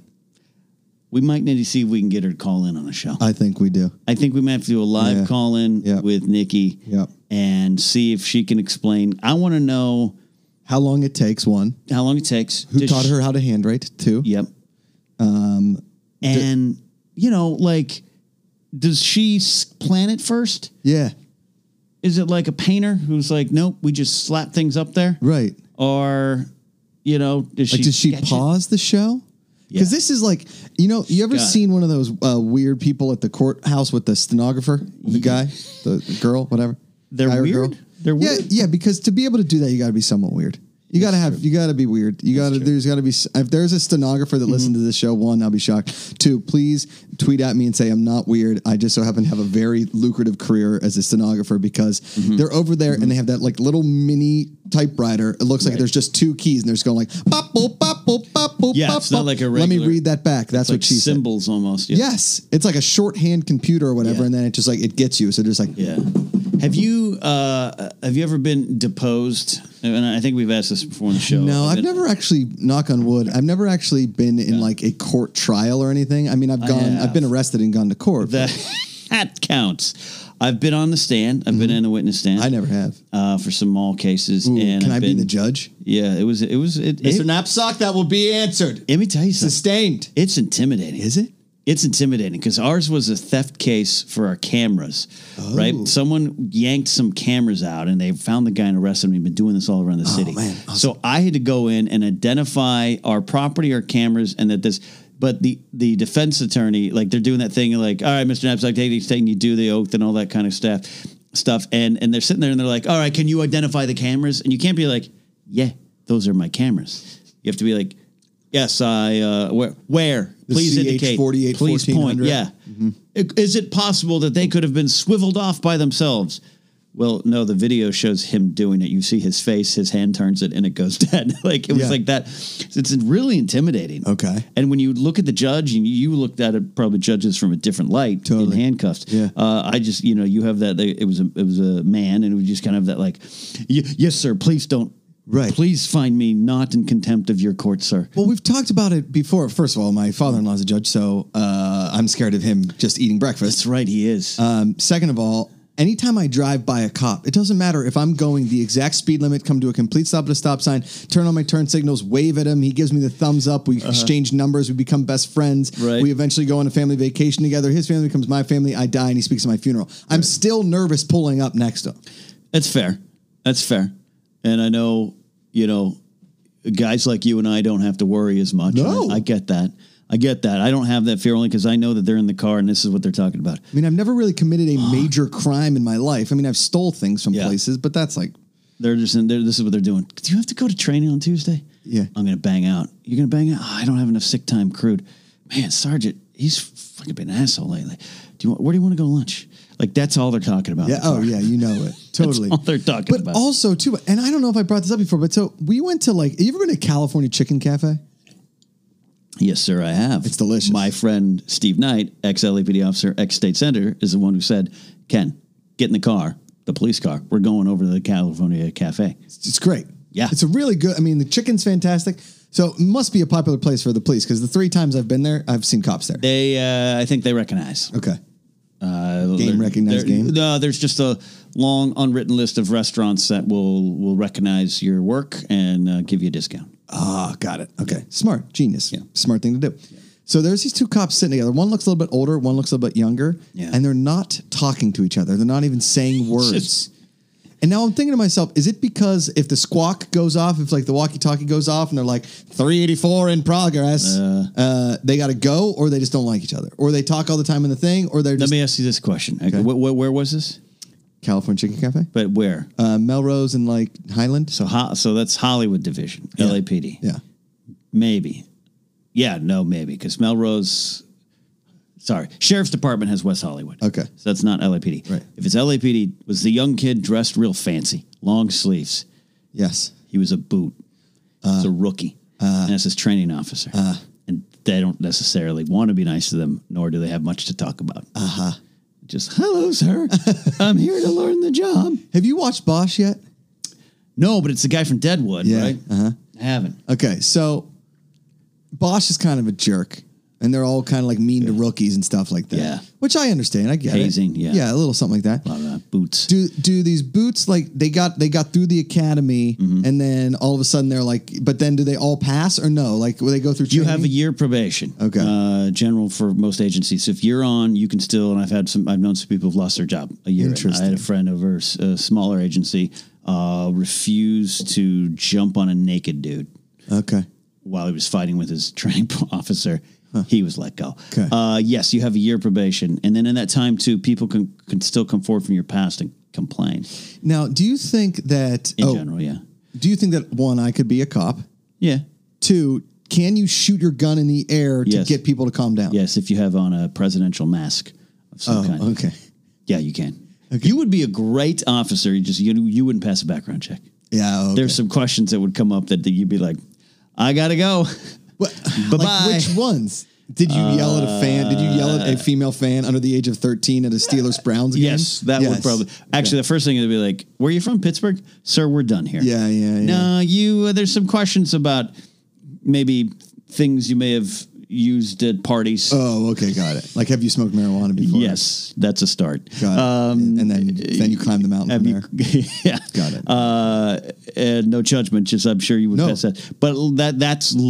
S1: We might need to see if we can get her to call in on the show.
S2: I think we do.
S1: I think we might have to do a live
S2: Yeah.
S1: call in
S2: Yep.
S1: with Nikki
S2: Yep.
S1: and see if she can explain. I want to know
S2: How long it takes? One.
S1: how long it takes.
S2: Who
S1: to
S2: taught
S1: sh-
S2: her how to handwrite? Two.
S1: Yep.
S2: Um,
S1: And you know, like, does she s- plan it first?
S2: yeah.
S1: Is it like a painter who's like, nope, we just slap things up there,
S2: Right.
S1: or You know, does
S2: Like,
S1: she,
S2: did she
S1: sketch it?
S2: pause the show?
S1: Yeah.
S2: Because this is like, you know, you ever
S1: got it.
S2: seen one of those uh, weird people at the courthouse with the stenographer, the guy, the girl, whatever?
S1: They're
S2: Guy or
S1: weird? They're
S2: yeah,
S1: weird.
S2: yeah. Because to be able to do that, you got to be somewhat weird. You got to have, you got to be weird. You got to, there's got to be, s- if there's a stenographer
S1: Mm-hmm.
S2: that listened to this show, one, I'll be shocked. Two, please tweet at me and say, I'm not weird. I just so happen to have a very lucrative career as a stenographer because
S1: Mm-hmm.
S2: they're over there and they have that like little mini typewriter. It looks like
S1: Right.
S2: there's just two keys and they're just going like, bop, bop, bop, bop, bop, bop,
S1: Yeah, it's not
S2: bop.
S1: like a
S2: Let me
S1: regular-
S2: read that back. That's
S1: like
S2: what she said.
S1: symbols almost? Yeah.
S2: Yes, it's like a shorthand computer or whatever,
S1: Yeah.
S2: and then it just like it gets you. So just like
S1: Yeah. Have you uh, have you ever been deposed? And I think we've asked this before on the show.
S2: No, I've
S1: been-
S2: never actually knock on wood. I've never actually been in like a court trial or anything. I mean, I've gone, I've
S1: have.
S2: been arrested and gone to court. but
S1: That that counts. I've been on the stand. I've been in the witness stand.
S2: Mm-hmm. I never have.
S1: uh, for some mall cases.
S2: Ooh,
S1: and
S2: can
S1: I've
S2: I
S1: been,
S2: be the judge,
S1: Yeah, it was. It was. It, it,
S2: Knapsack? That will be answered,
S1: let me tell you something.
S2: sustained.
S1: It's intimidating. Is it? It's intimidating because ours was a theft case for our cameras, right? Someone yanked some cameras out and they found the guy and arrested him. We've been doing this all around the city.
S2: man. I was-
S1: So I had to go in and identify our property, our cameras, and that this. But the the defense attorney, like they're doing that thing, like, all right, Mr. Knapsack, take these thing, you do the oath and all that kind of stuff, stuff, and and they're sitting there and they're like, all right, can you identify the cameras? And you can't be like, yeah, those are my cameras. You have to be like, yes, I uh, where where please
S2: CH
S1: indicate,
S2: 48,
S1: please point,
S2: 1400.
S1: yeah. I- Is it possible that they could have been swiveled off by themselves? Well, no, the video shows him doing it. You see his face, his hand turns it, and it goes dead. like it was
S2: Yeah.
S1: like that. It's really intimidating.
S2: Okay.
S1: And when you look at the judge, and you looked at it, probably judges from a different light
S2: Totally.
S1: in handcuffs.
S2: Yeah.
S1: Uh, I just, you know, you have that. It was a, it was a man, and it was just kind of that, like, "Y- yes, sir, please don't.
S2: Right.
S1: Please find me not in contempt of your court, sir.
S2: Well, we've talked about it before. First of all, my father-in-law is a judge, so uh, I'm scared of him just eating breakfast.
S1: That's right, he is.
S2: Um, second of all, anytime I drive by a cop, it doesn't matter if I'm going the exact speed limit, come to a complete stop at a stop sign, turn on my turn signals, wave at him. He gives me the thumbs up. We exchange numbers. We become best friends.
S1: Uh-huh. Right.
S2: We eventually go on a family vacation together. His family becomes my family. I die and he speaks at my funeral. I'm still nervous pulling up next to him.
S1: That's fair. That's fair. And I know, you know, guys like you and I don't have to worry as much.
S2: No.
S1: I, I get that. I get that. I don't have that fear only because I know that they're in the car and this is what they're talking about.
S2: I mean, I've never really committed a major crime in my life. I mean, I've stole things from
S1: Yeah.
S2: places, but that's like,
S1: They're just in there. This is what they're doing. Do you have to go to training on Tuesday?
S2: Yeah.
S1: I'm going to bang out. You're going to bang out? Oh, I don't have enough sick time crude. Man, Sergeant, he's fucking been an asshole lately. Do you want, where do you want to go to lunch? Like, that's all they're talking about. in
S2: yeah,
S1: the
S2: oh
S1: car.
S2: yeah, you know it. Totally.
S1: all they're talking
S2: but
S1: about.
S2: also too, and I don't know if I brought this up before, but so we went to like, you ever been to California Chicken Cafe?
S1: Yes, sir, I have.
S2: It's delicious.
S1: My friend Steve Knight, ex LAPD officer, ex state senator, is the one who said, Ken, get in the car, the police car. We're going over to the California Cafe.
S2: It's great.
S1: Yeah.
S2: It's a really good. I mean, the chicken's fantastic. So it must be a popular place for the police because the three times I've been there, I've seen cops there.
S1: They, uh, I think they recognize.
S2: Okay.
S1: Uh,
S2: Game
S1: they're-
S2: recognized
S1: they're-
S2: game?
S1: No, there's just a long unwritten list of restaurants that will, will recognize your work and uh, give you a discount.
S2: Ah, got it. Okay. Smart. Genius. Smart thing to do. So there's these two cops sitting together. One looks a little bit older, one looks a little bit younger,
S1: Yeah.
S2: and they're not talking to each other. They're not even saying words.
S1: Just-
S2: and now I'm thinking to myself, is it because if the squawk goes off, if like the walkie-talkie goes off and they're like 384 in progress, uh, they got to go or they just don't like each other or they talk all the time in the thing or they're
S1: Let
S2: just
S1: me ask you this question. Okay. wh- wh- where was this?
S2: California Chicken Cafe?
S1: But where?
S2: uh, Melrose and like Highland.
S1: so, ho- so that's Hollywood Division, LAPD.
S2: yeah,
S1: Maybe. Yeah, no, maybe because Melrose. Sorry, sheriff's department has West Hollywood.
S2: Okay.
S1: so that's not LAPD.
S2: Right.
S1: If it's LAPD, was the young kid dressed real fancy, long sleeves?
S2: yes.
S1: He was a boot.
S2: Uh,
S1: He's a rookie, and that's his training officer. and they don't necessarily want to be nice to them, nor do they have much to talk about. Uh huh.
S2: Uh-huh.
S1: Just hello, sir. I'm here to learn the job.
S2: Have you watched Bosch yet?
S1: No, but it's the guy from Deadwood,
S2: Yeah,
S1: right?
S2: uh-huh.
S1: I haven't.
S2: Okay, so Bosch is kind of a jerk, and they're all kind of like mean to rookies and stuff like that.
S1: Yeah.
S2: which I understand. I get it.
S1: Hazing, yeah.
S2: yeah, a little something like that.
S1: A lot of uh, boots.
S2: do do these boots like they got they got through the academy
S1: Mm-hmm.
S2: and then all of a sudden they're like but then do they all pass or no like will they go through
S1: You
S2: training?
S1: have a year probation.
S2: Okay.
S1: Uh, general for most agencies. If you're on, you can still. And I've had some. I've known some people who've lost their job a year. in. I had
S2: Interesting.
S1: a friend over s- a smaller agency uh, refused to jump on a naked dude.
S2: Okay.
S1: while he was fighting with his training officer, he was let go.
S2: Okay.
S1: Uh, yes, you have a year probation, and then in that time too, people can can still come forward from your past and complain.
S2: Now, do you think that
S1: In
S2: oh,
S1: general, yeah,
S2: do you think that one I could be a cop?
S1: yeah,
S2: Two, can you shoot your gun in the air to
S1: Yes.
S2: get people to calm down?
S1: yes. If you have on a presidential mask of some kind,
S2: Oh, okay.
S1: yeah, you can. You would be a great officer. You just you, you wouldn't pass a background check.
S2: Yeah. Okay.
S1: There's some questions that would come up that, that you'd be like, I gotta go.
S2: What-
S1: Bye-bye.
S2: Like which ones? Did you yell at a fan? Did you yell
S1: Uh,
S2: at a female fan under the age of 13 at a Steelers Browns game?
S1: Yes, that would
S2: Yes.
S1: probably actually the first thing would be like, "Where are you from, Pittsburgh, sir? We're done here."
S2: Yeah, yeah, yeah.
S1: No, you. Uh, there's some questions about maybe things you may have used at parties.
S2: Oh, okay, got it. Like, have you smoked marijuana before?
S1: yes, that's a start.
S2: Got it. and then, then you climb the mountain
S1: Have
S2: from
S1: you,
S2: there.
S1: yeah,
S2: Got it.
S1: Uh, and no judgment. Just I'm sure you would
S2: No.
S1: pass that, but that that's l-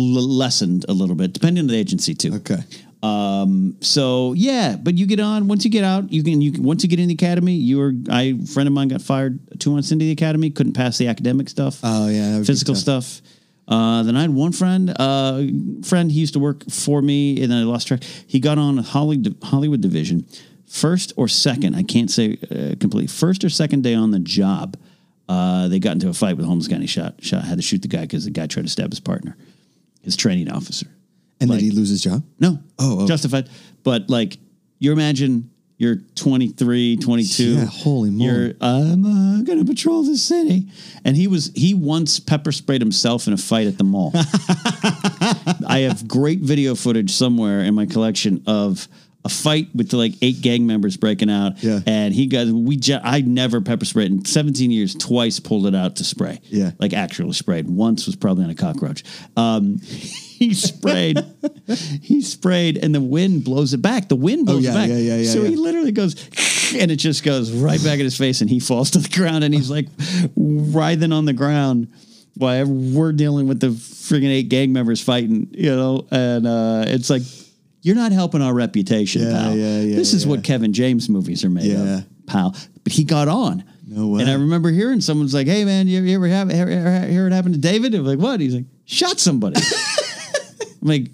S1: lessened a little bit, depending on the agency too.
S2: Okay.
S1: Um, so yeah, but you get on once you get out, you can you can- once you get in the academy, you were I a friend of mine got fired two months into the academy, couldn't pass the academic stuff,
S2: Oh, yeah. that would be
S1: physical
S2: tough.
S1: stuff. Uh, then I had one friend, uh, friend he used to work for me, and then I lost track. He got on Hollywood Hollywood division, first or second, I can't say uh, completely, first or second day on the job. Uh, they got into a fight with a homeless guy. And he shot, shot, had to shoot the guy because the guy tried to stab his partner, his training officer.
S2: And
S1: like-
S2: did he lose his job?
S1: No.
S2: Oh, oh.
S1: Justified. But like you imagine you're 23, 22.
S2: Yeah, holy moly.
S1: You're I'm uh, going to patrol the city. And he was he once pepper sprayed himself in a fight at the mall. I have great video footage somewhere in my collection of a fight with like eight gang members breaking out.
S2: Yeah.
S1: And he got we ju- I never pepper sprayed in 17 years twice pulled it out to spray.
S2: Yeah.
S1: Like actually sprayed. Once was probably on a cockroach. Um he sprayed he sprayed and the wind blows it back. The wind blows
S2: Oh, yeah,
S1: it back.
S2: yeah, yeah, yeah,
S1: so he
S2: yeah.
S1: literally goes and it just goes right back in his face and he falls to the ground and he's like writhing on the ground while we're dealing with the friggin' eight gang members fighting, you know, and uh, it's like you're not helping our reputation,
S2: Yeah,
S1: pal.
S2: yeah, yeah,
S1: this is
S2: yeah.
S1: what Kevin James movies are made
S2: Yeah.
S1: of, pal. But he got on.
S2: No way.
S1: And I remember hearing someone's like, "Hey, man, you ever- you ever have, hear, hear- hear it happen to David?" I'm like, "What?" He's like, "Shot somebody." I'm like,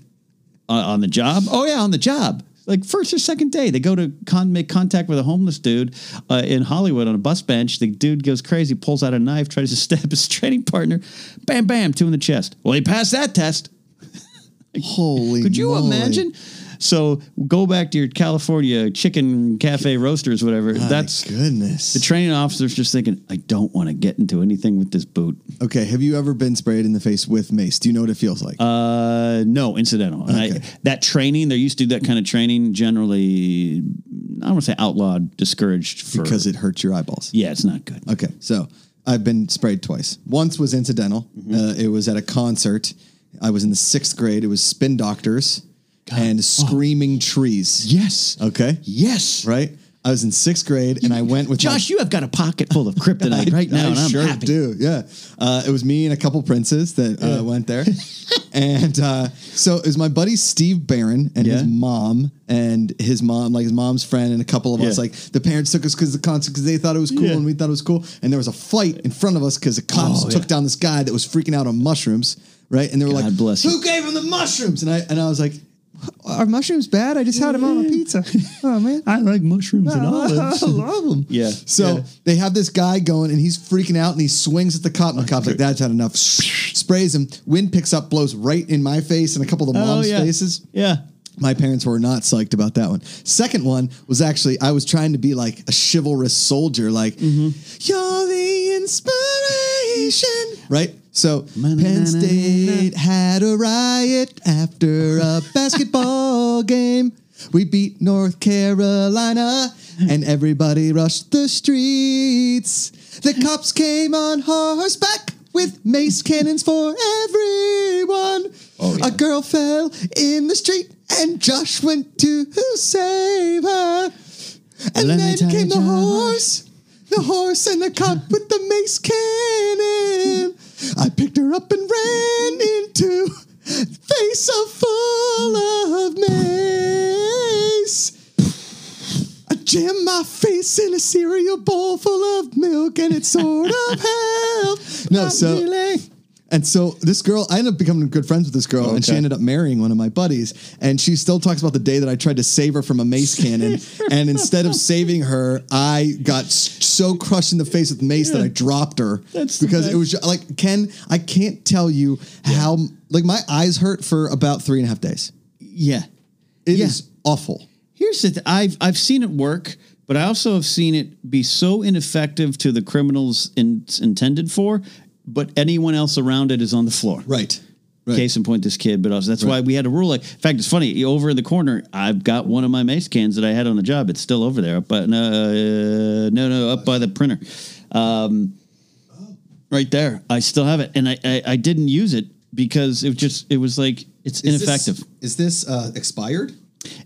S1: "On- "On the job?" Oh yeah, on the job. Like first or second day, they go to con- make contact with a homeless dude uh, in Hollywood on a bus bench. The dude goes crazy, pulls out a knife, tries to stab his training partner. Bam, bam, two in the chest. Well, he passed that test.
S2: Holy
S1: Could you
S2: moly.
S1: imagine? So go back to your California chicken cafe roasters, whatever.
S2: My
S1: That's
S2: goodness.
S1: the training officer's just thinking, I don't want to get into anything with this boot.
S2: okay, have you ever been sprayed in the face with mace? Do you know what it feels like?
S1: Uh, no, incidental. And I,
S2: Okay.
S1: that training, they're used to that kind of training. Generally, I don't want to say outlawed, discouraged for,
S2: because Uh, it hurts your eyeballs.
S1: yeah, it's not good.
S2: Okay, so I've been sprayed twice. Once was incidental. Uh, it was at a concert. I was in the sixth grade. It was Spin Doctors and Screaming Trees.
S1: Yes.
S2: Okay,
S1: Yes.
S2: uh, right. I was in sixth grade, and I went with my-
S1: Josh, you have got a pocket full of kryptonite right now,
S2: I
S1: and I'm
S2: sure
S1: happy.
S2: do. Yeah, uh, it was me and a couple princes that uh, went there, and uh, so it was my buddy Steve Barron and his
S1: Yeah.
S2: mom and his mom, like his mom's friend, and a couple of us.
S1: Yeah.
S2: Like the parents took us because the concert because they thought it was cool
S1: Yeah.
S2: and we thought it was cool, and there was a fight in front of us because the cops
S1: Oh,
S2: took
S1: yeah.
S2: down this guy that was freaking out on mushrooms, right? And they were
S1: God
S2: like,
S1: bless you.
S2: "Who gave him the mushrooms?" And I and I was like. Are mushrooms bad? I just had them on a pizza. Oh man! Oh,
S1: I like mushrooms and
S2: I love them.
S1: Yeah.
S2: So
S1: Yeah.
S2: they have this guy going, and he's freaking out, and he swings at the cop, and the cop's like, "That's had enough." Sprays him. Wind picks up, blows right in my face and a couple of the
S1: Oh
S2: mom's
S1: yeah.
S2: faces.
S1: Yeah.
S2: My parents were not psyched about that one. Second one was actually I was trying to be like a chivalrous soldier, like
S1: Mm-hmm.
S2: you're the inspiration, right? So Penn State had a riot after a basketball game. We beat North Carolina, and everybody rushed the streets. The cops came on horseback with mace cannons for everyone.
S1: Oh, yeah.
S2: A girl fell in the street and Josh went to save her. And
S1: Let me
S2: then
S1: tell
S2: came
S1: you,
S2: the
S1: Josh.
S2: horse, the horse and the cop with the mace cannon. I picked her up and ran into face of full of mace. I jammed my face in a cereal bowl full of milk and it sort of helped. No,
S1: Not
S2: Oh, so
S1: really.
S2: And so this girl, I ended up becoming good friends with this girl, and she
S1: Okay.
S2: ended up marrying one of my buddies. And she still talks about the day that I tried to save her from a mace cannon. and instead of saving her, I got s- so crushed in the face with mace that I dropped her.
S1: That's the
S2: because it
S1: best.
S2: was ju- like Ken. I can't tell you how like my eyes hurt for about three and a half days.
S1: Yeah.
S2: It is
S1: Yeah.
S2: awful.
S1: Here's the th- I've I've seen it work, but I also have seen it be so ineffective to the criminals in, it's intended for, but anyone else around it is on the floor.
S2: Right. Right.
S1: Case in point, this kid, but also that's why we had a rule. Like, in fact, it's funny. Over in the corner, I've got one of my mace cans that I had on the job. It's still over there, up by no, uh, no, no, up by the printer, um, right there. I still have it, and I, I, I didn't use it because it just it was like it's ineffective.
S2: Is this, uh, expired?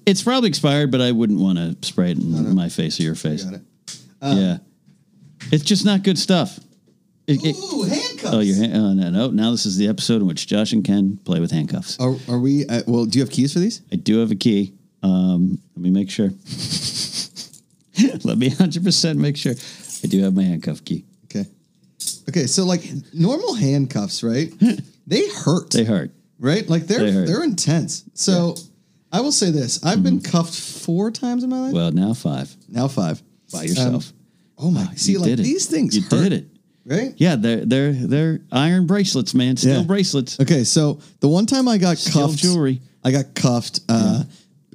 S1: It's probably expired, but I wouldn't want to spray it in my face or your face.
S2: Got it. Uh.
S1: yeah, it's just not good stuff. It- it-
S2: Ooh, handcuffs.
S1: oh, your hand. Oh, no, no. Now this is the episode in which Josh and Ken play with handcuffs.
S2: Are, are we? Uh, well, do you have keys for these?
S1: I do have a key. Um, let me make sure. let me hundred percent make sure. I do have my handcuff key.
S2: Okay. Okay, so like normal handcuffs, right? they hurt.
S1: They hurt.
S2: right? Like they're
S1: They
S2: they
S1: hurt.
S2: are intense. So I will say this: I've been cuffed four times in my life.
S1: Mm-hmm. Well, now five
S2: now five
S1: by
S2: Um,
S1: yourself. Ah,
S2: oh my!
S1: You
S2: see, like
S1: did it.
S2: these things
S1: You
S2: hurt,
S1: did it.
S2: right?
S1: Yeah, they're they're they're iron bracelets, man. Steel
S2: Yeah.
S1: bracelets.
S2: Okay, so the one time I got
S1: Steel
S2: cuffed,
S1: jewelry.
S2: I got cuffed uh,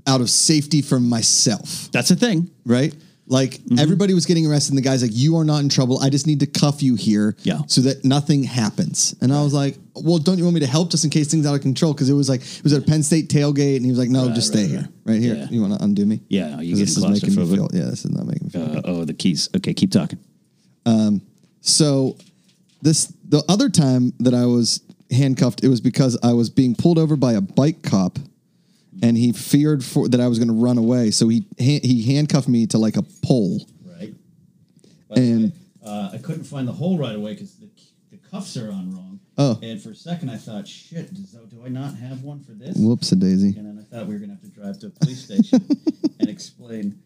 S2: out of safety for myself,
S1: That's a thing.
S2: right? Like
S1: Mm-hmm.
S2: everybody was getting arrested, and the guy's like, "You are not in trouble. I just need to cuff you here,
S1: Yeah.
S2: so that nothing happens." And I was like, "Well, don't you want me to help just in case things out of control?" Because it was like it was at a Penn State tailgate, and he was like, "No, just
S1: right,
S2: stay
S1: right.
S2: here, right here.
S1: Yeah.
S2: You want to undo me?"
S1: Yeah, no, you
S2: 'Cause
S1: get
S2: this is making me
S1: claustrophobic.
S2: feel. Yeah, this is not making me feel.
S1: Uh, oh, the keys. Okay, keep talking.
S2: So this the other time that I was handcuffed, it was because I was being pulled over by a bike cop, and he feared for that I was going to run away. So he han- he handcuffed me to like a pole,
S1: Right.
S2: and
S1: Uh, I couldn't find the hole right away because the, the cuffs are on wrong.
S2: Oh.
S1: And for a second, I thought, shit, does, do I not have one for this?
S2: whoops a daisy.
S1: And then I thought we were going to have to drive to a police station and explain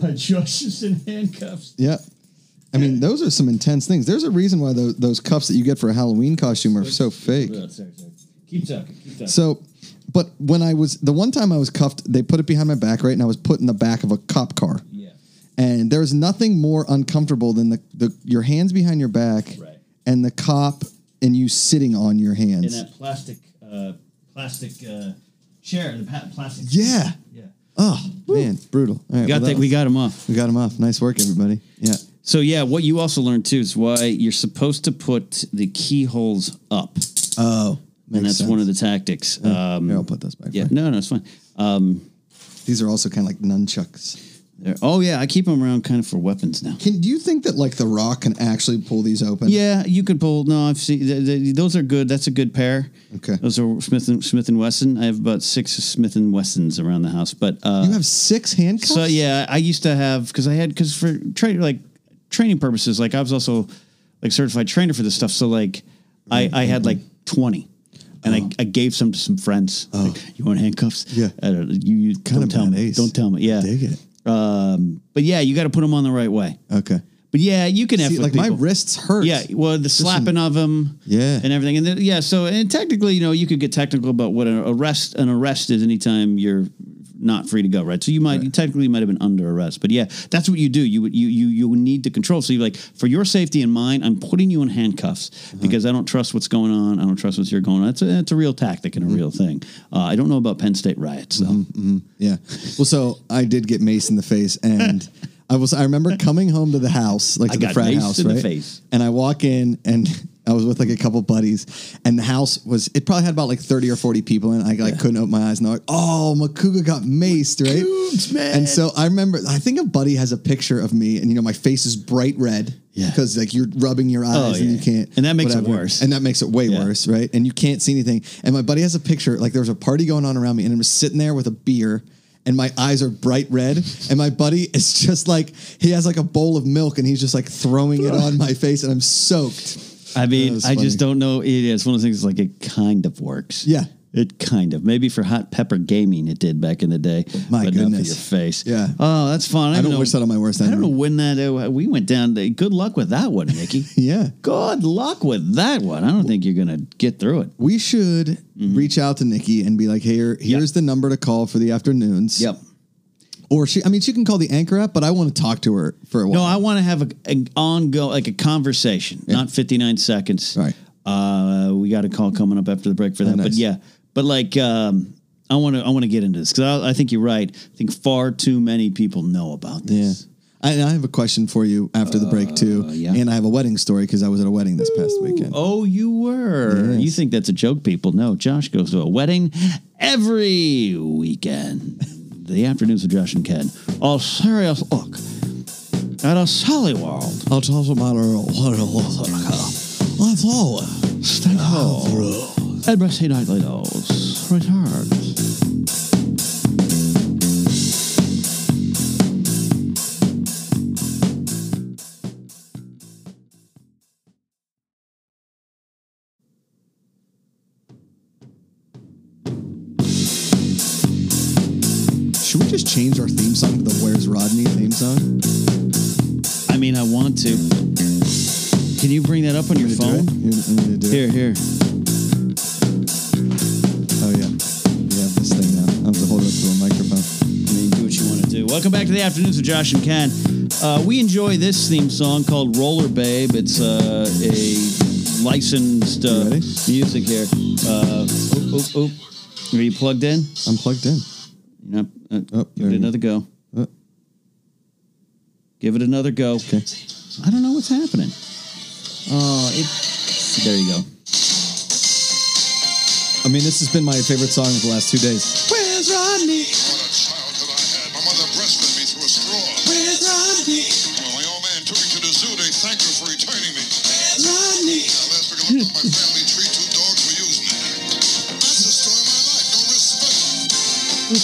S1: why Josh is in handcuffs.
S2: Yeah. I mean, those are some intense things. There's a reason why those, those cuffs that you get for a Halloween costume are so fake.
S1: Oh, sorry, sorry. Keep talking. Keep talking.
S2: So, but when I was the one time I was cuffed, they put it behind my back, right? And I was put in the back of a cop car.
S1: yeah.
S2: and there was nothing more uncomfortable than the, the your hands behind your back
S1: Right.
S2: and the cop and you sitting on your
S1: In
S2: hands.
S1: that plastic uh, plastic uh, chair, the pa- plastic.
S2: Yeah.
S1: Yeah.
S2: Oh man, brutal. All right, well, that was-
S1: got him off.
S2: we got him off. Nice work, everybody. Yeah.
S1: So yeah, what you also learned too is why you're supposed to put the keyholes up,
S2: Oh,
S1: and that's one of the tactics. Um,
S2: Here, I'll put those back.
S1: yeah,
S2: for you.
S1: no, no, it's fine.
S2: These are also kind of like nunchucks.
S1: They're- oh yeah, I keep them around kind of for weapons now.
S2: Can do you think that like the Rock can actually pull these open?
S1: Yeah, you can pull. No, I've seen th- th- those are good. That's a good pair.
S2: Okay.
S1: those are Smith and Smith and Wesson. I have about six Smith and Wessons around the house, but uh,
S2: You have six handcuffs.
S1: So yeah, I used to have because I had because for tra- like training purposes, like I was also like certified trainer for this stuff. So like I I
S2: Mm-hmm.
S1: had like twenty, and I, I gave some to some friends. Like, you want handcuffs?
S2: Uh-huh. Yeah.
S1: I don't, you you
S2: Kinda
S1: don't tell me.
S2: badass.
S1: Don't tell me. Yeah.
S2: Dig it.
S1: Um, but yeah, you got to put them on the right way.
S2: Okay.
S1: But yeah, you can have
S2: See, like my wrists hurt.
S1: yeah, well, the slapping of them,
S2: Yeah.
S1: and everything, and then, yeah. So, and technically, you know, you could get technical about what an arrest an arrest is anytime you're not free to go, right? So you might you technically might have been under arrest, but yeah, that's what you do. You would you you you would need to control. So you like for your safety and mine, I'm putting you in
S2: Uh-huh.
S1: handcuffs because I don't trust what's going on. I don't trust what's you're going on. It's a, it's a real tactic
S2: Mm-hmm.
S1: and a real thing. Uh, I don't know about Penn State riots. though.
S2: Yeah. Well, so I did get mace in the face, and I was I remember coming home to the house, like to
S1: I
S2: the
S1: got
S2: frat
S1: maced
S2: house,
S1: in the
S2: right?
S1: face.
S2: And I walk in, and I was with like a couple buddies, and the house was it probably had about like thirty or forty people, and I like couldn't open my eyes, and they're like, "Oh, Makuga got maced, right?"
S1: Makuga's mad.
S2: And so I remember, I think a buddy has a picture of me, and you know my face is bright red.
S1: Yeah. Oh,
S2: Because like you're rubbing your eyes and
S1: yeah.
S2: you can't,
S1: And that makes it worse.
S2: And and that makes it way
S1: Yeah.
S2: worse, right? And you can't see anything. And my buddy has a picture, like there was a party going on around me, and I'm just sitting there with a beer, and my eyes are bright red. And my buddy is just like, he has like a bowl of milk, and he's just like throwing it on my face, and I'm soaked.
S1: I mean,
S2: was
S1: I just
S2: funny.
S1: don't know. It is one of those things. Like it kind of works.
S2: Yeah.
S1: It kind of maybe for hot pepper gaming it did back in the day.
S2: My
S1: but not
S2: goodness.
S1: for your face.
S2: Yeah.
S1: Oh, that's fun. I,
S2: don't
S1: know-
S2: wish that on my worst
S1: I don't
S2: enemy.
S1: know when that uh, we went down. To, good luck with that one, Nikki.
S2: Yeah.
S1: Good luck with that one. I don't think you're gonna get through it.
S2: We should
S1: Mm-hmm.
S2: reach out to Nikki and be like, here, here's the number to call for the afternoons. Or she, I mean, she can call the anchor app, but I want to talk to her for a while.
S1: No, I want to have a, an ongoing, like a conversation, not 59 seconds.
S2: Right.
S1: Uh, we got a call coming up after the break for that. But
S2: nice.
S1: yeah, but like, um, I want to, I want to get into this because I, I think you're right. I think far too many people know about
S2: Yeah.
S1: this.
S2: I, and I have a question for you after the break too,
S1: Uh, yeah.
S2: and I have a wedding story because I was at a wedding this past weekend.
S1: Oh, you were. You think that's a joke, people? No, Josh goes to a wedding every weekend. the afternoons with Josh and Ken. A serious look at a Sally World.
S2: I'll talk about her. What it Oh, looks like. Let's all
S1: Stay home. NBC Nightly News returns.
S2: Should we just change our theme song to the Where's Rodney theme song?
S1: I mean, I want to. Can you bring that up on your
S2: You wanna
S1: phone?
S2: do it? You- you wanna do it?
S1: Here, here.
S2: Oh yeah. We have this thing now. I have to hold it up to a microphone.
S1: I mean, do what you want to do. Welcome back to the afternoons with Josh and Ken. Uh, we enjoy this theme song called "Roller Babe." It's uh, a licensed uh,
S2: You ready?
S1: music here. Uh, oop, oop, oop. Are you plugged in?
S2: I'm plugged in.
S1: No. Uh,
S2: Oh,
S1: give
S2: there
S1: it
S2: we go.
S1: another go.
S2: Uh.
S1: Give it another go.
S2: Okay.
S1: I don't know what's happening. Oh, it, there you go.
S2: I mean, this has been my favorite song of the last two days. Where's Rodney?
S3: What a childhood I had. My mother breastfed me through a straw.
S2: Where's Rodney?
S3: When my old man took me to the zoo, they thanked her for returning me.
S2: Rodney.
S3: Now, last week I looked at my family tree, two dogs were using it. That's the story of my life. No respect.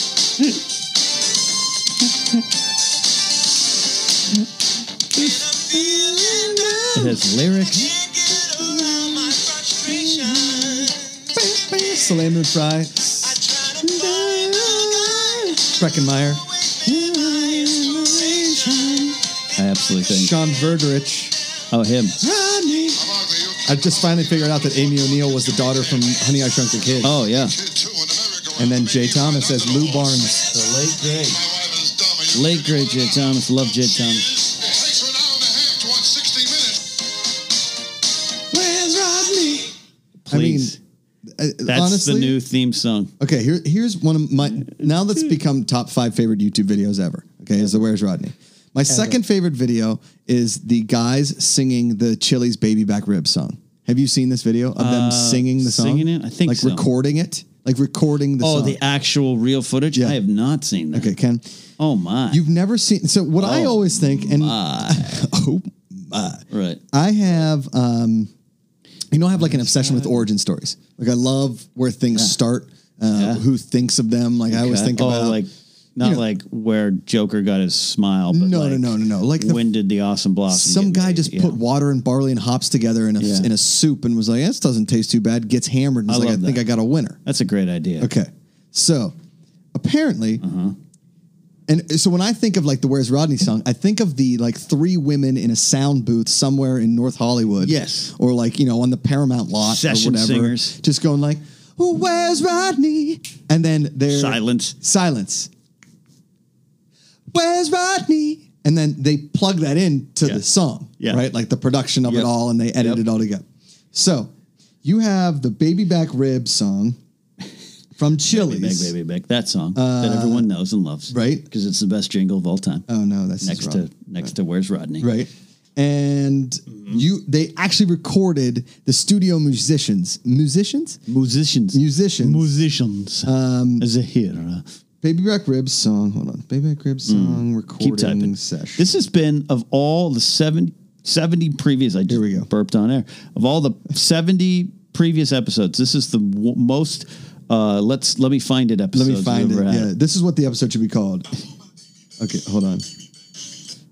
S1: It has lyrics.
S2: Salam and Fry. Breckenmeyer.
S1: I absolutely think.
S2: Sean Verderich.
S1: Oh, him.
S2: Rodney.
S3: I'm ugly. You
S2: I just finally figured out that Amy O'Neill was the daughter from Honey I Shrunk the Kid.
S1: Oh, yeah.
S3: kid too in America.
S2: And then Jay Thomas as Lou Barnes.
S1: The late great.
S3: My wife is dumb. and you-
S1: Late great Jay Thomas. Love Jay Thomas.
S3: It takes her an hour and a half to watch 60 Minutes.
S2: Where's Rodney?
S1: Please.
S2: I mean,
S1: That's
S2: That's Uh, honestly,
S1: the new theme song.
S2: Okay, here, here's one of my now that's become top five favorite YouTube videos ever. Okay, is the Where's Rodney? My second favorite video is the guys singing the Chili's Baby Back Rib song. Have you seen this video of them singing the song?
S1: Uh, singing it? I think
S2: like
S1: so.
S2: recording it, like recording the
S1: Oh,
S2: song.
S1: the actual real footage?
S2: Yeah.
S1: I have not seen that.
S2: okay, Ken,
S1: Oh, my.
S2: you've never seen. So what I
S1: Oh,
S2: always think, and oh,
S1: right.
S2: I have, um, you know, I have like an obsession with origin stories. Like I love where things start, uh,
S1: Yeah.
S2: who thinks of them. Like I always think
S1: oh,
S2: about
S1: like, not
S2: you know-
S1: like where Joker got his smile, but
S2: No, no,
S1: like,
S2: no, no, no. Like the-
S1: when did the awesome blossom?
S2: some
S1: get
S2: guy
S1: made?
S2: just
S1: Yeah.
S2: put water and barley and hops together in a
S1: Yeah.
S2: in a soup and was like, "This doesn't taste too bad." Gets hammered and
S1: I
S2: was like, "I
S1: love
S2: think
S1: that.
S2: I got a winner."
S1: That's a great idea.
S2: Okay, so apparently,
S1: Mm-hmm.
S2: and so when I think of like the "Where's Rodney" song, I think of the like three women in a sound booth somewhere in North Hollywood,
S1: Yes.
S2: or like you know on the Paramount lot
S1: Session
S2: or whatever,
S1: singers.
S2: just going like, "Where's Rodney?" and then they're
S1: Silence.
S2: silence. Where's Rodney? And then they plug that in to
S1: Yeah.
S2: the song,
S1: Yeah.
S2: right? Like the production of
S1: Yep.
S2: it all, and they edit
S1: Yep.
S2: it all together. So you have the Baby Back Rib song from Chili's.
S1: Big Baby Big. That song that everyone knows and loves.
S2: Uh, right.
S1: Because it's the best jingle of all time.
S2: Oh no, that's
S1: next
S2: just
S1: to
S2: wrong.
S1: next to Where's Rodney?
S2: right. And you, they actually recorded the studio musicians, musicians,
S1: Musicians.
S2: musicians.
S1: Musicians. Um, As a hero.
S2: Baby Back Rib song. Hold on, Baby Back Rib song recording
S1: Mm. Keep typing.
S2: session.
S1: This has been of all the seven, 70 previous. I just
S2: we go.
S1: burped on air. Of all the seventy previous episodes, this is the w- most. Uh, let's let me find it.
S2: Let
S1: Episode.
S2: me find it. Yeah, this is what the episode should be called. Okay, hold on.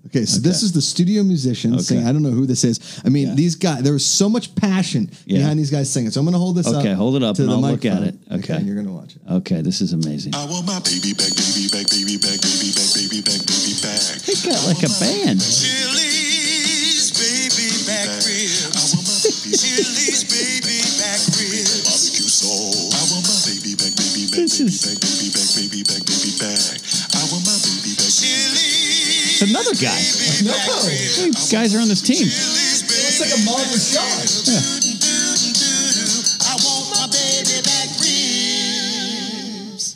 S2: Okay, so this is the studio musicians
S1: Okay.
S2: singing. I don't know who this is. I mean,
S1: Yeah.
S2: these guys. There was so much passion
S1: Yeah.
S2: behind these guys singing. So I'm gonna hold this up.
S1: Okay, hold it up
S2: to
S1: and I'll
S2: the
S1: look at it.
S2: microphone.
S1: Okay.
S2: and you're gonna watch it.
S1: Okay, this is amazing.
S3: I want my baby back, baby back, baby back, baby back, baby back, baby back.
S1: He's got like a band.
S4: Chili's baby back
S3: I
S4: ribs.
S3: want my baby back,
S4: Chili's baby back ribs.
S3: barbecue soul. I want my baby back, baby back,
S1: This
S3: baby
S1: is-
S3: back, baby back, baby back, baby back. I want my baby back.
S4: Chili's
S1: It's another guy.
S4: baby back ribs.
S1: These guys are on this team.
S4: Chili's baby
S2: like a modern shot.
S4: I want my baby back ribs.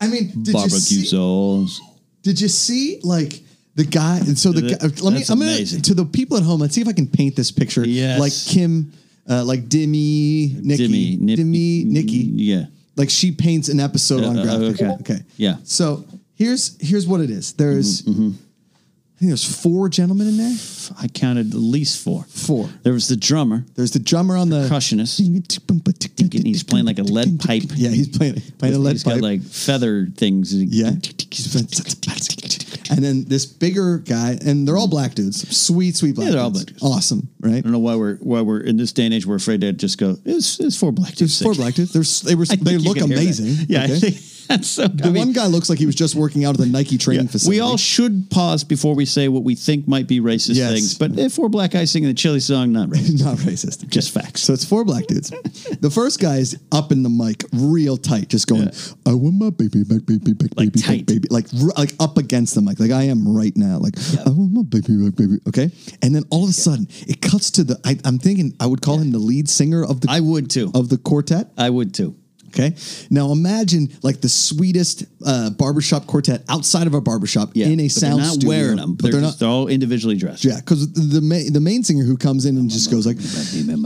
S2: I mean, did you
S1: Barbecue
S2: see,
S1: souls.
S2: did you see like the guy? And so the
S1: That-
S2: guy, let me.
S1: that's
S2: I'm gonna
S1: amazing.
S2: to the people at home. Let's see if I can paint this picture.
S1: Yes.
S2: like Kim, uh, like Demi, Nikki,
S1: Dimmy, Nip-
S2: Demi, Nikki.
S1: Yeah.
S2: Like she paints an episode on
S1: Uh, uh,
S2: graphic.
S1: okay.
S2: okay,
S1: Yeah. Mm-hmm,
S2: So here's here's what it is. There's, I think there's four gentlemen in there.
S1: I counted at least four.
S2: Four.
S1: There was the drummer,
S2: There's the drummer on the
S1: percussionist. he's playing like a lead pipe.
S2: Yeah, he's playing playing a lead
S1: He's
S2: pipe.
S1: got like feather things.
S2: Yeah. And then this bigger guy, and they're all black dudes. Sweet, sweet black
S1: Yeah, they're all
S2: dudes.
S1: black dudes.
S2: Awesome, right?
S1: I don't know why we're why we're in this day and age we're afraid to just go. It's it's four black dudes.
S2: There's four black dudes. They're, s- they were s-
S1: I think
S2: they
S1: you
S2: look
S1: can hear that.
S2: amazing.
S1: Yeah,
S2: okay?
S1: I think that's so.
S2: the one guy looks like he was just working out of the Nike training facility.
S1: We all should pause before we say what we think might be racist
S2: Yes.
S1: things. But if four black guys singing the Chili song, not racist.
S2: not racist.
S1: Just facts.
S2: So it's four black dudes. the first guy is up in the mic, real tight, just going, "I want my baby back, baby back,
S1: Like
S2: baby
S1: tight.
S2: back, baby," like r- like up against the mic, like I am right now, like I want my baby back, baby. Okay, and then all of a sudden it cuts to the. I, I'm thinking I would call him the lead singer of the
S1: I would too.
S2: of the quartet.
S1: I would too.
S2: Okay. Now imagine like the sweetest uh, barbershop quartet outside of a barbershop
S1: Yeah,
S2: in a
S1: but
S2: sound
S1: they're not
S2: studio,
S1: wearing them.
S2: but they're, not.
S1: just- they're all individually dressed.
S2: yeah, because the ma- the main singer who comes in and just goes like,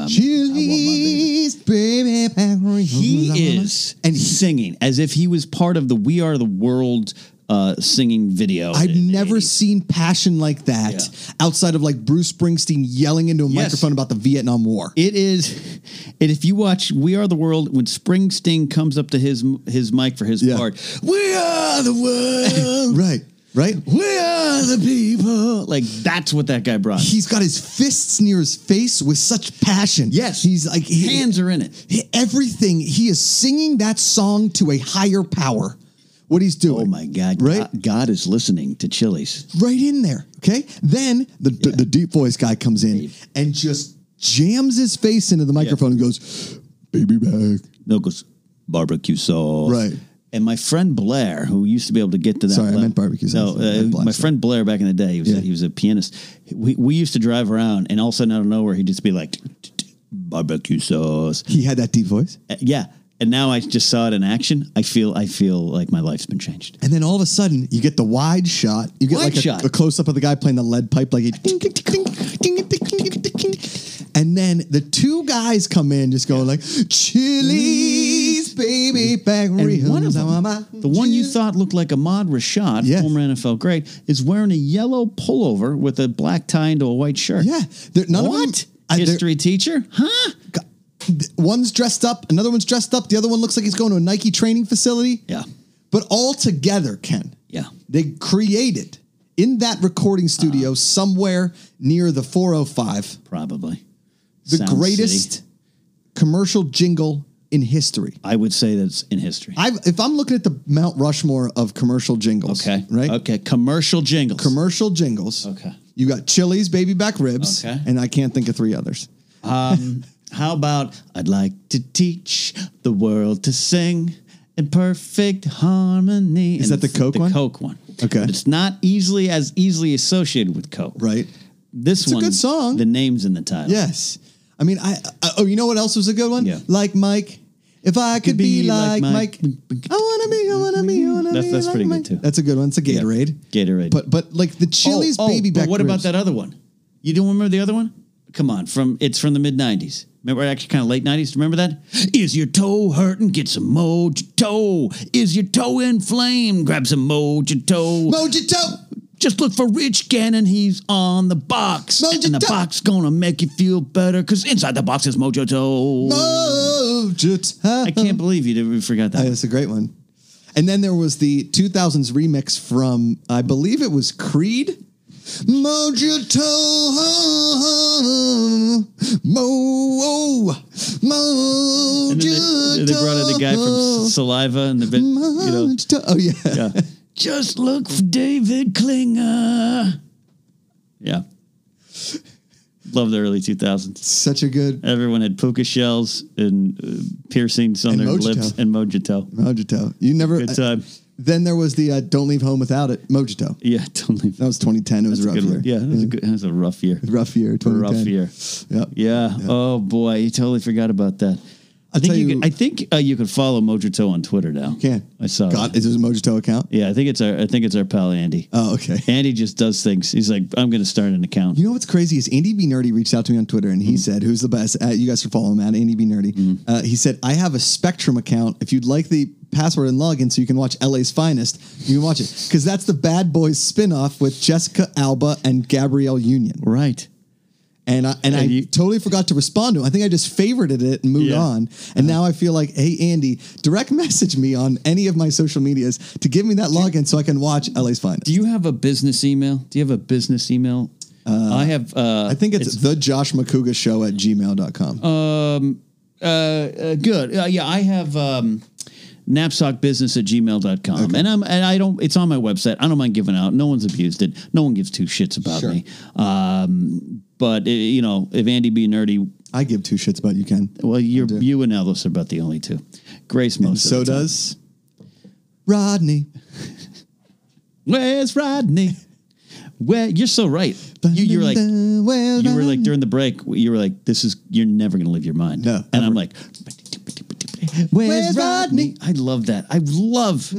S2: "Chili's baby, baby."
S1: He is
S2: and
S1: and
S2: he,
S1: singing as if he was part of the "We Are the World" uh, singing video.
S2: I've
S1: in the
S2: never
S1: 80s.
S2: seen passion like that
S1: Yeah.
S2: outside of like Bruce Springsteen yelling into a
S1: Yes.
S2: microphone about the Vietnam War.
S1: It is, and if you watch "We Are the World," when Springsteen comes up to his his mic for his
S2: Yeah.
S1: part, "We are the world,
S2: right, right.
S1: we are the people." Like that's what that guy brought.
S2: He's got his fists near his face with such passion.
S1: Yes.
S2: he's like he-
S1: Hands are in it.
S2: He- everything he is singing that song to a higher power what he's doing
S1: Oh my God!
S2: right
S1: God, God is listening to Chili's.
S2: right in there okay then the, the deep voice guy comes in and just jams his face into the microphone and goes baby back
S1: No, it goes barbecue sauce.
S2: Right.
S1: And my friend Blair, who used to be able to get to that.
S2: Sorry, I
S1: level-
S2: meant barbecue sauce. I meant
S1: No, uh,
S2: black
S1: my
S2: sauce.
S1: friend Blair back in the day, he was,
S2: Yeah.
S1: a, he was a pianist. We, we used to drive around, and all of a sudden, out of nowhere, he'd just be like, barbecue sauce.
S2: he had that deep voice
S1: Uh, Yeah. And now I just saw it in action. I feel I feel like my life's been changed.
S2: and then all of a sudden you get the wide shot you get
S1: Wide
S2: like a,
S1: shot.
S2: a close-up of the guy playing the lead pipe like he and then the two guys come in just going like chilies baby back
S1: And one of them, the one you thought looked like Ahmad Rashad,
S2: Yes.
S1: former NFL great, is wearing a yellow pullover with a black tie into a white shirt.
S2: Yeah, they're, none
S1: what?
S2: of them. I- they're-
S1: History teacher? Huh?
S2: th- one's dressed up, another one's dressed up. The other one looks like he's going to a Nike training facility.
S1: Yeah.
S2: but all together, Ken.
S1: Yeah.
S2: they created in that recording
S1: Ah.
S2: studio somewhere near the 405
S1: Probably.
S2: the
S1: Sound
S2: greatest
S1: City.
S2: commercial jingle in history.
S1: I would say that's in history.
S2: I've, if I'm looking at the Mount Rushmore of commercial jingles,
S1: okay.
S2: right?
S1: Okay. Commercial jingles.
S2: Commercial jingles.
S1: Okay.
S2: You got Chili's baby back ribs,
S1: Okay.
S2: and I can't think of three others.
S1: How about I'd like to teach the world to sing in perfect harmony?
S2: Is
S1: And
S2: that the Coke
S1: the
S2: one?
S1: Coke one.
S2: Okay.
S1: But it's not easily as easily associated with Coke.
S2: Right.
S1: This
S2: a
S1: one.
S2: good song.
S1: The name's in the title.
S2: Yes. I mean, I, I oh, you know what else was a good one?
S1: Yeah.
S2: Like Mike. If I could, be, like, Mike, I wanna be, I wanna be, I wanna
S1: That's-
S2: be
S1: that's
S2: like
S1: pretty good,
S2: Mike.
S1: too.
S2: That's a good one. It's a
S1: Yeah.
S2: Gatorade.
S1: Gatorade.
S2: But but like the Chili's
S1: Oh, oh,
S2: baby
S1: but
S2: back.
S1: what about
S2: ribs.
S1: that other one? You don't remember the other one? Come on, from it's from the mid '90s. Remember, actually, kind of late '90s. Remember that? Is your toe hurting? Get some Mojito. Is your toe inflamed? Grab some Mojito.
S2: Mojito.
S1: Just look for Rich Gannon. He's on the box,
S2: Mojito.
S1: and the box gonna make you feel better because inside the box is Mojito.
S2: Mojito.
S1: I can't believe you didn't forgot that.
S2: Oh,
S1: one.
S2: that's a great one. And then there was the 2000s remix from I believe it was Creed. Mojo Toho, Mo,
S1: And
S2: Mojo
S1: then they, they brought in the guy from S- Saliva and the bit, you know.
S2: Mojo Toho. Oh yeah.
S1: Yeah. Just look for David Klinger. Yeah. Love the early 2000s.
S2: such a good
S1: Everyone had puka shells and uh, piercings on
S2: And
S1: their
S2: Mojito.
S1: lips and mojito.
S2: Mojo Toho. You never. uh,
S1: Good time.
S2: then there was the uh, Don't Leave Home Without It Mojo Toho.
S1: Yeah, don't leave.
S2: That was 2010. It was
S1: That's a
S2: a rough
S1: good
S2: year.
S1: one. Yeah, that was a good. That was a rough year.
S2: rough year.
S1: A rough
S2: 2010.
S1: year.
S2: Yep.
S1: Yeah. Oh boy, you totally forgot about that. i
S2: I'll
S1: think
S2: tell
S1: you.
S2: you-
S1: could, I think uh, you can follow Mojito on Twitter now.
S2: Can
S1: I saw.
S2: God,
S1: that.
S2: is this a Mojo Toho account?
S1: Yeah, I think it's our. I think it's our pal Andy.
S2: Oh, okay.
S1: Andy just does things. He's like, I'm going to start an account.
S2: You know what's crazy is Andy B Nerdy reached out to me on Twitter and he
S1: Mm-hmm.
S2: said, "Who's the best?" Uh, you guys can follow him at Andy B Nerdy. Uh, he said, "I have a Spectrum account. If you'd like the password and login, so you can watch LA's Finest, you can watch it because that's the Bad Boys spinoff with Jessica Alba and Gabrielle Union."
S1: right.
S2: And I and I
S1: And you-
S2: totally forgot to respond to him. I think I just favorited it and moved
S1: Yeah.
S2: on. And now I feel like, hey Andy, direct message me on any of my social medias to give me that login so I can watch LA's Finest.
S1: Do you have a business email? Do you have a business email? I have. Uh,
S2: I think it's, the Josh McCouga show at gmail.com.
S1: uh, good. Uh, yeah, I have um, knapsackbusiness at gmail.com. And I'm and I don't it's on my website. I don't mind giving out. No one's abused it. No one gives two shits about
S2: Sure.
S1: me. Um, but eh, you know, if Andy be nerdy,
S2: I give two shits about you, Ken.
S1: well, you're you and Ellis are about the only two. Grace most. of
S2: So
S1: the time.
S2: does Rodney.
S1: Where's Rodney? Where you're so right. You you're like
S2: Well,
S1: you were like
S2: Rodney.
S1: during the break. You were like, "This is you're never gonna leave your mind."
S2: No,
S1: and I'm like, "Where's
S2: Where's
S1: Rodney?"
S2: Rodney?
S1: I love that. I love,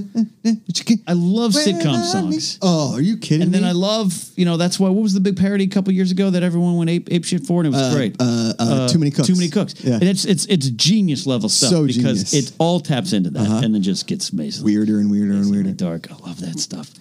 S1: I love
S2: Where's
S1: sitcom
S2: Rodney?
S1: songs.
S2: Oh, are you kidding
S1: And
S2: me?
S1: then I love, you know, that's why. What was the big parody a couple years ago that everyone went ape, ape shit for, and it was great.
S2: uh, uh, Too Many Cooks.
S1: Too many cooks.
S2: Yeah.
S1: And it's it's it's genius level stuff
S2: So
S1: because
S2: genius. Uh-huh.
S1: it all taps into that and then just gets amazing.
S2: weirder and weirder and
S1: Amazingly
S2: weirder.
S1: dark. I love that stuff.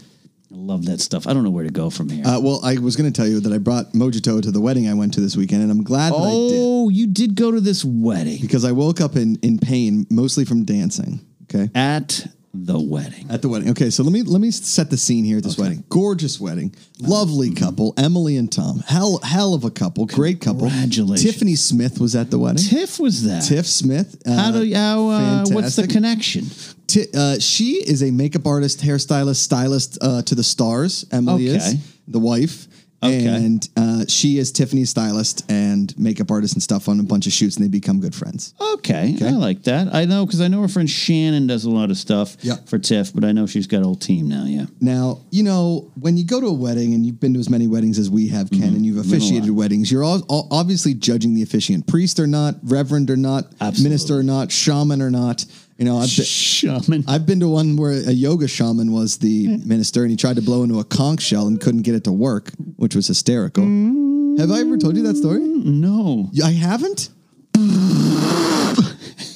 S1: I love that stuff. I don't know where to go from here.
S2: Uh, well, I was going to tell you that I brought Mojito to the wedding I went to this weekend, and I'm glad that I did
S1: oh, you did go to this wedding
S2: because I woke up in, in pain, mostly from dancing. Okay.
S1: at the wedding.
S2: At the wedding. Okay, so let me let me set the scene here at this wedding. Gorgeous wedding. Lovely
S1: Mm-hmm.
S2: couple, Emily and Tom. Hell hell of a couple. Great couple.
S1: Congratulations.
S2: Tiffany Smith was at the wedding.
S1: Tiff was that.
S2: Tiff Smith. uh,
S1: How do you, how, uh, what's the
S2: fantastic.
S1: connection?
S2: Ti- uh, she is a makeup artist, hairstylist, stylist uh, to the stars. Emily
S1: Okay.
S2: is the wife.
S1: Okay.
S2: And uh, she is Tiffany's stylist and makeup artist and stuff on a bunch of shoots, and they become good friends.
S1: Okay, I like that. I know because I know her friend Shannon does a lot of stuff
S2: Yeah.
S1: for Tiff, but I know she's got a whole team now. Yeah,
S2: Now, you know, when you go to a wedding and you've been to as many weddings as we have, Ken, and you've officiated weddings, you're all, all obviously judging the officiant, priest or not, reverend or not,
S1: Absolutely.
S2: minister or not, shaman or not. You know, I've been,
S1: shaman.
S2: I've been to one where a yoga shaman was the minister and he tried to blow into a conch shell and couldn't get it to work, which was hysterical. Have I ever told you that story?
S1: No,
S2: Yeah, I haven't.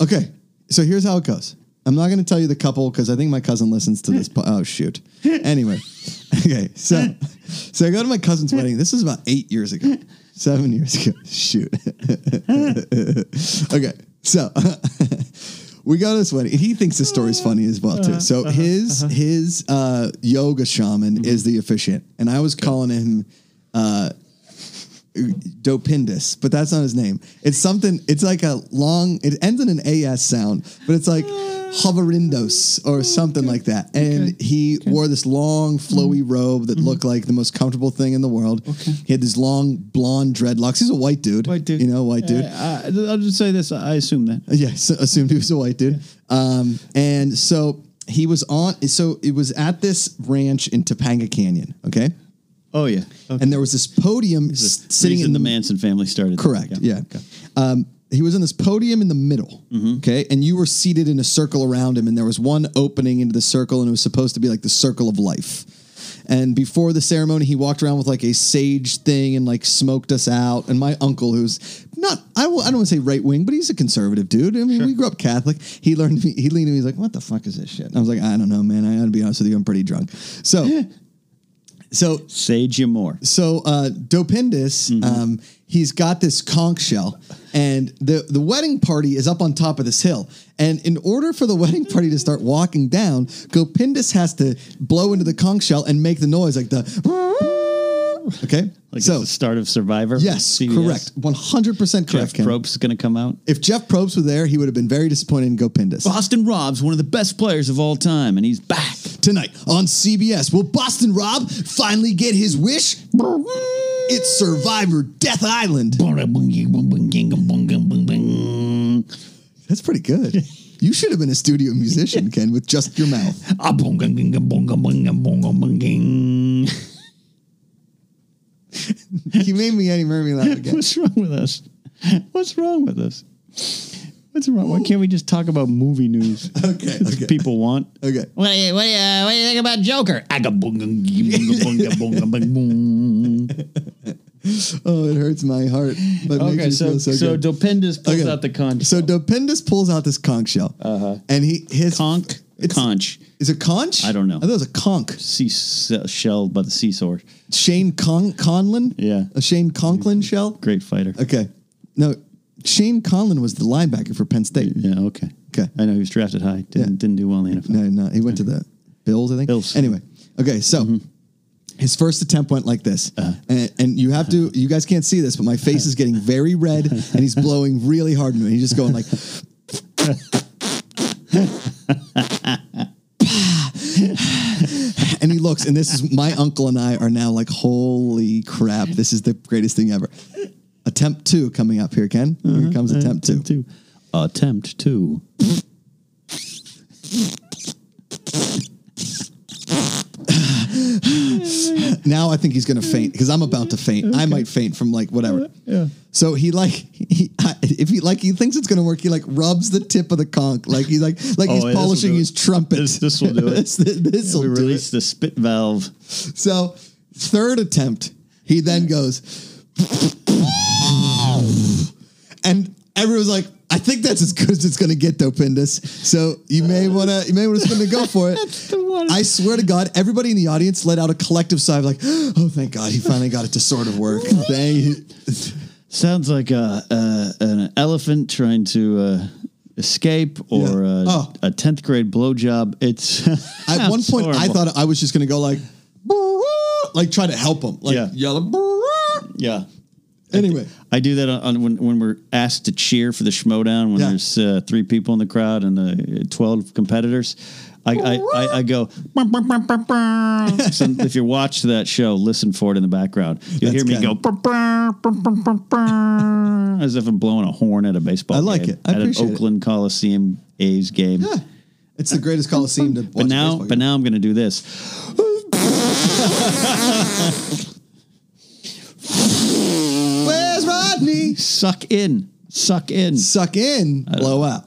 S2: okay, so here's how it goes. I'm not going to tell you the couple because I think my cousin listens to this. Po- oh shoot. Anyway, okay, so so I go to my cousin's wedding. This is about eight years ago, seven years ago. Shoot. okay, so we go to this wedding. and He thinks the story's funny as well too.
S1: Uh-huh,
S2: So his his uh, yoga shaman
S1: Mm-hmm.
S2: is the officiant, and I was calling him. uh, Dopindus, but that's not his name. It's something. It's like a long. It ends in an as sound, but it's like Hoverindos or something like that. And he wore this long flowy
S1: Mm-hmm.
S2: robe that looked like the most comfortable thing in the world. He had these long blonde dreadlocks. He's a white dude.
S1: White dude.
S2: You know, white dude.
S1: I, will just say this. I assume that.
S2: Yeah, so assumed he was a white dude. Um, and so he was on. So it was at this ranch in Topanga Canyon. Okay.
S1: Oh yeah,
S2: And there was this podium s- sitting in
S1: the
S2: the
S1: Manson family started. that.
S2: Correct. Yeah. Um, he was on this podium in the middle. Okay. And you were seated in a circle around him, and there was one opening into the circle, and it was supposed to be like the circle of life. And before the ceremony, he walked around with like a sage thing and like smoked us out. And my uncle, who's not, I, will, I don't want to say right wing, but he's a conservative dude. I mean, we grew up Catholic. He learned, he leaned to me, he's like, what the fuck is this shit? And I was like, I don't know, man. I gotta be honest with you, I'm pretty drunk. So, so
S1: Sage you more.
S2: so uh, Dopindus,
S1: Mm-hmm.
S2: um, he's got this conch shell, and the the wedding party is up on top of this hill. And in order for the wedding party to start walking down, Gopindus has to blow into the conch shell and make the noise like the Okay.
S1: Like it's
S2: so,
S1: the start of Survivor.
S2: yes,
S1: CBS.
S2: correct. 100% correct.
S1: Jeff
S2: Ken.
S1: Probst is going to come out.
S2: If Jeff Probst were there, he would have been very disappointed in Gopindus.
S1: Boston Rob's one of the best players of all time, and he's back.
S2: Tonight on CBS, will Boston Rob finally get his wish? It's Survivor Death Island. That's pretty good. You should have been a studio musician, Ken, with just your mouth. You made me Eddie Murphy laugh again.
S1: What's wrong with us? What's wrong with us? What's wrong? Why can't we just talk about movie news?
S2: Okay,
S1: That's
S2: okay.
S1: what people want.
S2: Okay.
S1: What do you, what do you, what do you think about Joker? Agabunga-bunga-bunga-bunga-bunga-bunga.
S2: Oh, it hurts my heart. But it
S1: okay,
S2: makes me
S1: so
S2: feel
S1: so,
S2: so,
S1: so
S2: good.
S1: Dopendus pulls
S2: Okay.
S1: out the conch.
S2: So Dopendus pulls out this conch shell, uh-huh. and he his
S1: conch,
S2: It's-
S1: conch,
S2: is it conch?
S1: I don't know.
S2: I thought it was a conch.
S1: sea s- shell by the seashore.
S2: Shane Con- Conlon.
S1: Yeah.
S2: a Shane Conklin shell.
S1: Great fighter.
S2: Okay, no, Shane Conlon was the linebacker for Penn State.
S1: Yeah. Okay.
S2: Okay.
S1: I know he was drafted high. Didn't
S2: Yeah.
S1: didn't do well in the NFL.
S2: No, no, he went to the Bills, I think.
S1: Bills.
S2: Anyway, okay, so his first attempt went like this, and, and you have to, you guys can't see this, but my face is getting very red, and he's blowing really hard into me. He's just going like. and he looks, and this is my uncle and I are now like, holy crap, this is the greatest thing ever. Attempt two coming up here, Ken. Here comes attempt two.
S1: to attempt to.
S2: Now I think he's gonna faint because I'm about to faint. I might faint from like whatever. Yeah. So he like he I- if he like he thinks it's gonna work. He like rubs the tip of the conch like he's like like
S1: Oh,
S2: he's
S1: yeah, this'll
S2: polishing
S1: do
S2: his
S1: it.
S2: trumpet.
S1: This- this'll do it.
S2: this this will
S1: We
S2: do it.
S1: released the spit valve.
S2: So third attempt, he then goes, and everyone's like, I think that's as good as it's gonna get, though, Pindus. So you may wanna you may wanna spin to go for it. I swear to God, everybody in the audience let out a collective sigh of like, oh thank God, he finally got it to sort of work. Thank you.
S1: Sounds like a, a an elephant trying to uh, escape or
S2: Yeah.
S1: a,
S2: Oh.
S1: a tenth grade blowjob. It's
S2: At one point I thought I was just gonna go like like try to help him. Like
S1: Yeah.
S2: yell
S1: yeah.
S2: anyway.
S1: I do that on, on when, when we're asked to cheer for the Schmodown when
S2: Yeah.
S1: there's uh, three people in the crowd and uh, twelve competitors. I, I, I, I go. "Bum, bum, bum, bum, bum." so if you watch that show, listen for it in the background. You'll
S2: That's
S1: hear me
S2: Ken.
S1: go "Bum, bum, bum, bum, bum, bum," as if I'm blowing a horn at a baseball.
S2: I like
S1: game,
S2: it. I
S1: at an
S2: appreciate it.
S1: Oakland Coliseum A's game.
S2: Yeah. It's the greatest coliseum to watch.
S1: But
S2: a
S1: now,
S2: baseball
S1: but
S2: game.
S1: now I'm going to do this.
S2: Where's Rodney?
S1: Suck in, suck in.
S2: Suck in, blow out.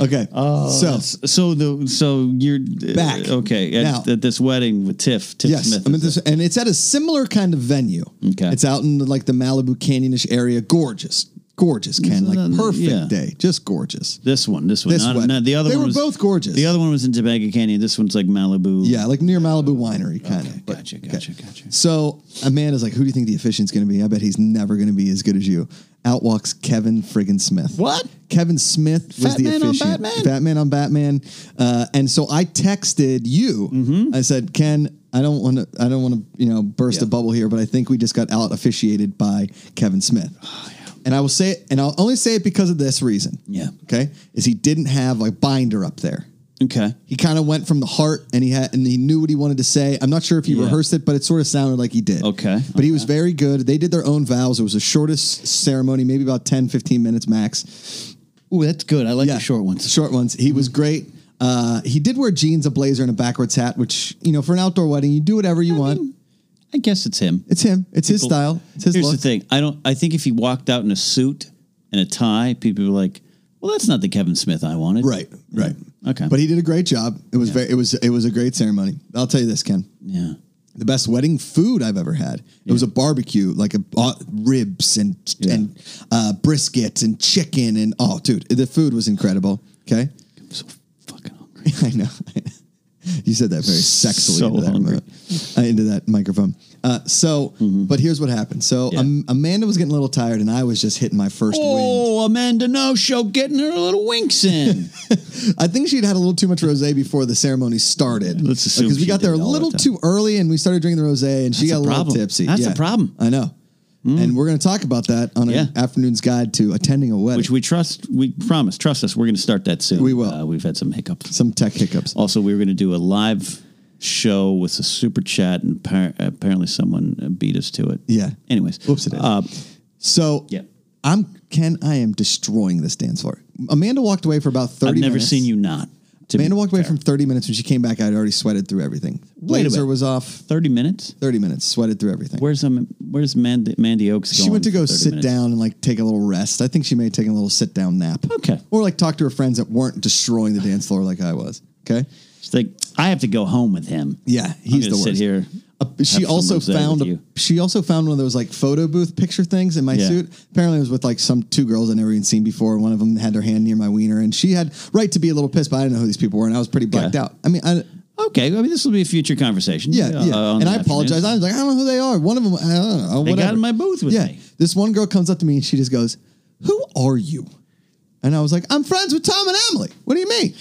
S2: Okay.
S1: Oh,
S2: so
S1: So the so you're
S2: Back.
S1: okay at,
S2: Now.
S1: at this wedding with Tiff. Tiff
S2: yes,
S1: Smith
S2: I mean,
S1: is
S2: this, and it's at a similar kind of venue.
S1: Okay.
S2: It's out in like the Malibu Canyonish area. Gorgeous, gorgeous, Ken. Like
S1: that-
S2: perfect
S1: yeah.
S2: day, just gorgeous.
S1: This one, this one,
S2: This
S1: not,
S2: one.
S1: not the other
S2: They
S1: one.
S2: were
S1: was,
S2: both gorgeous.
S1: The other one was in Tobacco Canyon. This one's like Malibu.
S2: Yeah, like near Malibu Winery, kind of.
S1: gotcha, gotcha, gotcha.
S2: So Amanda's like, "Who do you think the efficient's going to be? I bet he's never going to be as good as you." Out walks Kevin friggin' Smith.
S1: What?
S2: Kevin Smith was
S1: Fat
S2: the
S1: Man on
S2: efficient.
S1: Batman?
S2: Batman on Batman. Uh, and so I texted you. I said, "Ken, I don't want to. I don't want to. You know, burst
S1: Mm-hmm. Yeah.
S2: a bubble here, but I think we just got out officiated by Kevin Smith." And I will say it, and I'll only say it because of this reason.
S1: Oh, Yeah.
S2: Okay. Is he didn't have a binder up there
S1: Okay.
S2: he kind of went from the heart and he had and he knew what he wanted to say. I'm not sure if he
S1: Yeah.
S2: rehearsed it, but it sort of sounded like he did.
S1: Okay,
S2: But he was very good. They did their own vows. It was the shortest ceremony, maybe about 10, 15 minutes max.
S1: Ooh, that's good. I like the short ones. Mm-hmm.
S2: Short ones. He was great. Uh, he did wear jeans, a blazer, and a backwards hat, which, you know, for an outdoor wedding, you do whatever you want.
S1: I guess it's him.
S2: it's him. It's his style. It's his
S1: Here's
S2: look.
S1: the thing. I don't. I think if he walked out in a suit and a tie, people were like, "Well, that's not the Kevin Smith I wanted."
S2: Right, right.
S1: Okay.
S2: But he did a great job. It was very it was it was a great ceremony. I'll tell you this, Ken.
S1: Yeah.
S2: the best wedding food I've ever had. It was a barbecue, like a uh, ribs and
S1: Yeah.
S2: and uh, brisket and chicken and oh, dude, the food was incredible. Okay,
S1: I'm so fucking hungry.
S2: I know. You said that very sexily
S1: So
S2: into, that
S1: hungry. Mm-hmm.
S2: remote- uh, into that microphone. Uh, so, but here's what happened. So
S1: Yeah.
S2: um, Amanda was getting a little tired, and I was just hitting my first wind.
S1: Oh, Amanda No Show getting her little winks in.
S2: I think she'd had a little too much rosé before the ceremony started.
S1: Let's assume
S2: because we
S1: she
S2: got there a
S1: did all the
S2: little
S1: time.
S2: too early, and we started drinking the rosé, and she
S1: That's
S2: got
S1: a
S2: a, little
S1: problem.
S2: tipsy.
S1: That's a problem. Mm.
S2: I know. And we're going to talk about that on
S1: Yeah.
S2: an afternoon's guide to attending a wedding.
S1: Which we trust, we promise, trust us, we're going to start that soon.
S2: We will.
S1: Uh, we've had some hiccups.
S2: Some tech hiccups.
S1: Also, we were going to do a live show with a super chat, and par- apparently someone uh, beat us to it.
S2: Yeah.
S1: Anyways.
S2: Whoops, it is.
S1: Uh,
S2: So
S1: Yeah.
S2: I'm Ken. I am destroying this dance floor. Amanda walked away for about thirty.
S1: I've never
S2: minutes.
S1: seen you not. to be
S2: Amanda walked away
S1: fair.
S2: from thirty minutes. When she came back, I'd already sweated through everything.
S1: Wait a
S2: Blazer
S1: minute.
S2: was off.
S1: 30 minutes.
S2: Thirty minutes. Sweated through everything.
S1: Where's um, Where's Mandy, Mandy Oaks going?
S2: she went to
S1: for
S2: go
S1: 30
S2: sit
S1: minutes?
S2: down and like take a little rest. I think she may have taken a little sit down nap.
S1: Okay.
S2: Or like talk to her friends that weren't destroying the dance floor like I was. Okay.
S1: She's like, I have to go home with him.
S2: Yeah,
S1: I'm
S2: he's
S1: gonna
S2: the
S1: sit
S2: worst.
S1: here.
S2: Uh, she
S1: have some
S2: also
S1: rosé with
S2: found a,
S1: you.
S2: she also found one of those like photo booth picture things in my
S1: Yeah.
S2: suit. Apparently, it was with like some two girls I never even seen before. One of them had her hand near my wiener, and she had right to be a little pissed, but I didn't know who these people were, and I was pretty blacked
S1: Yeah.
S2: out. I mean, I,
S1: Okay, I mean this will be a future conversation.
S2: yeah,
S1: uh,
S2: yeah,
S1: on
S2: and
S1: the
S2: I apologize.
S1: afternoon.
S2: I was like, I don't know who they are. One of them, I don't know,
S1: They
S2: whatever.
S1: got in my booth with
S2: yeah,
S1: me.
S2: this one girl comes up to me and she just goes, "Who are you?" And I was like, "I'm friends with Tom and Emily." What do you mean?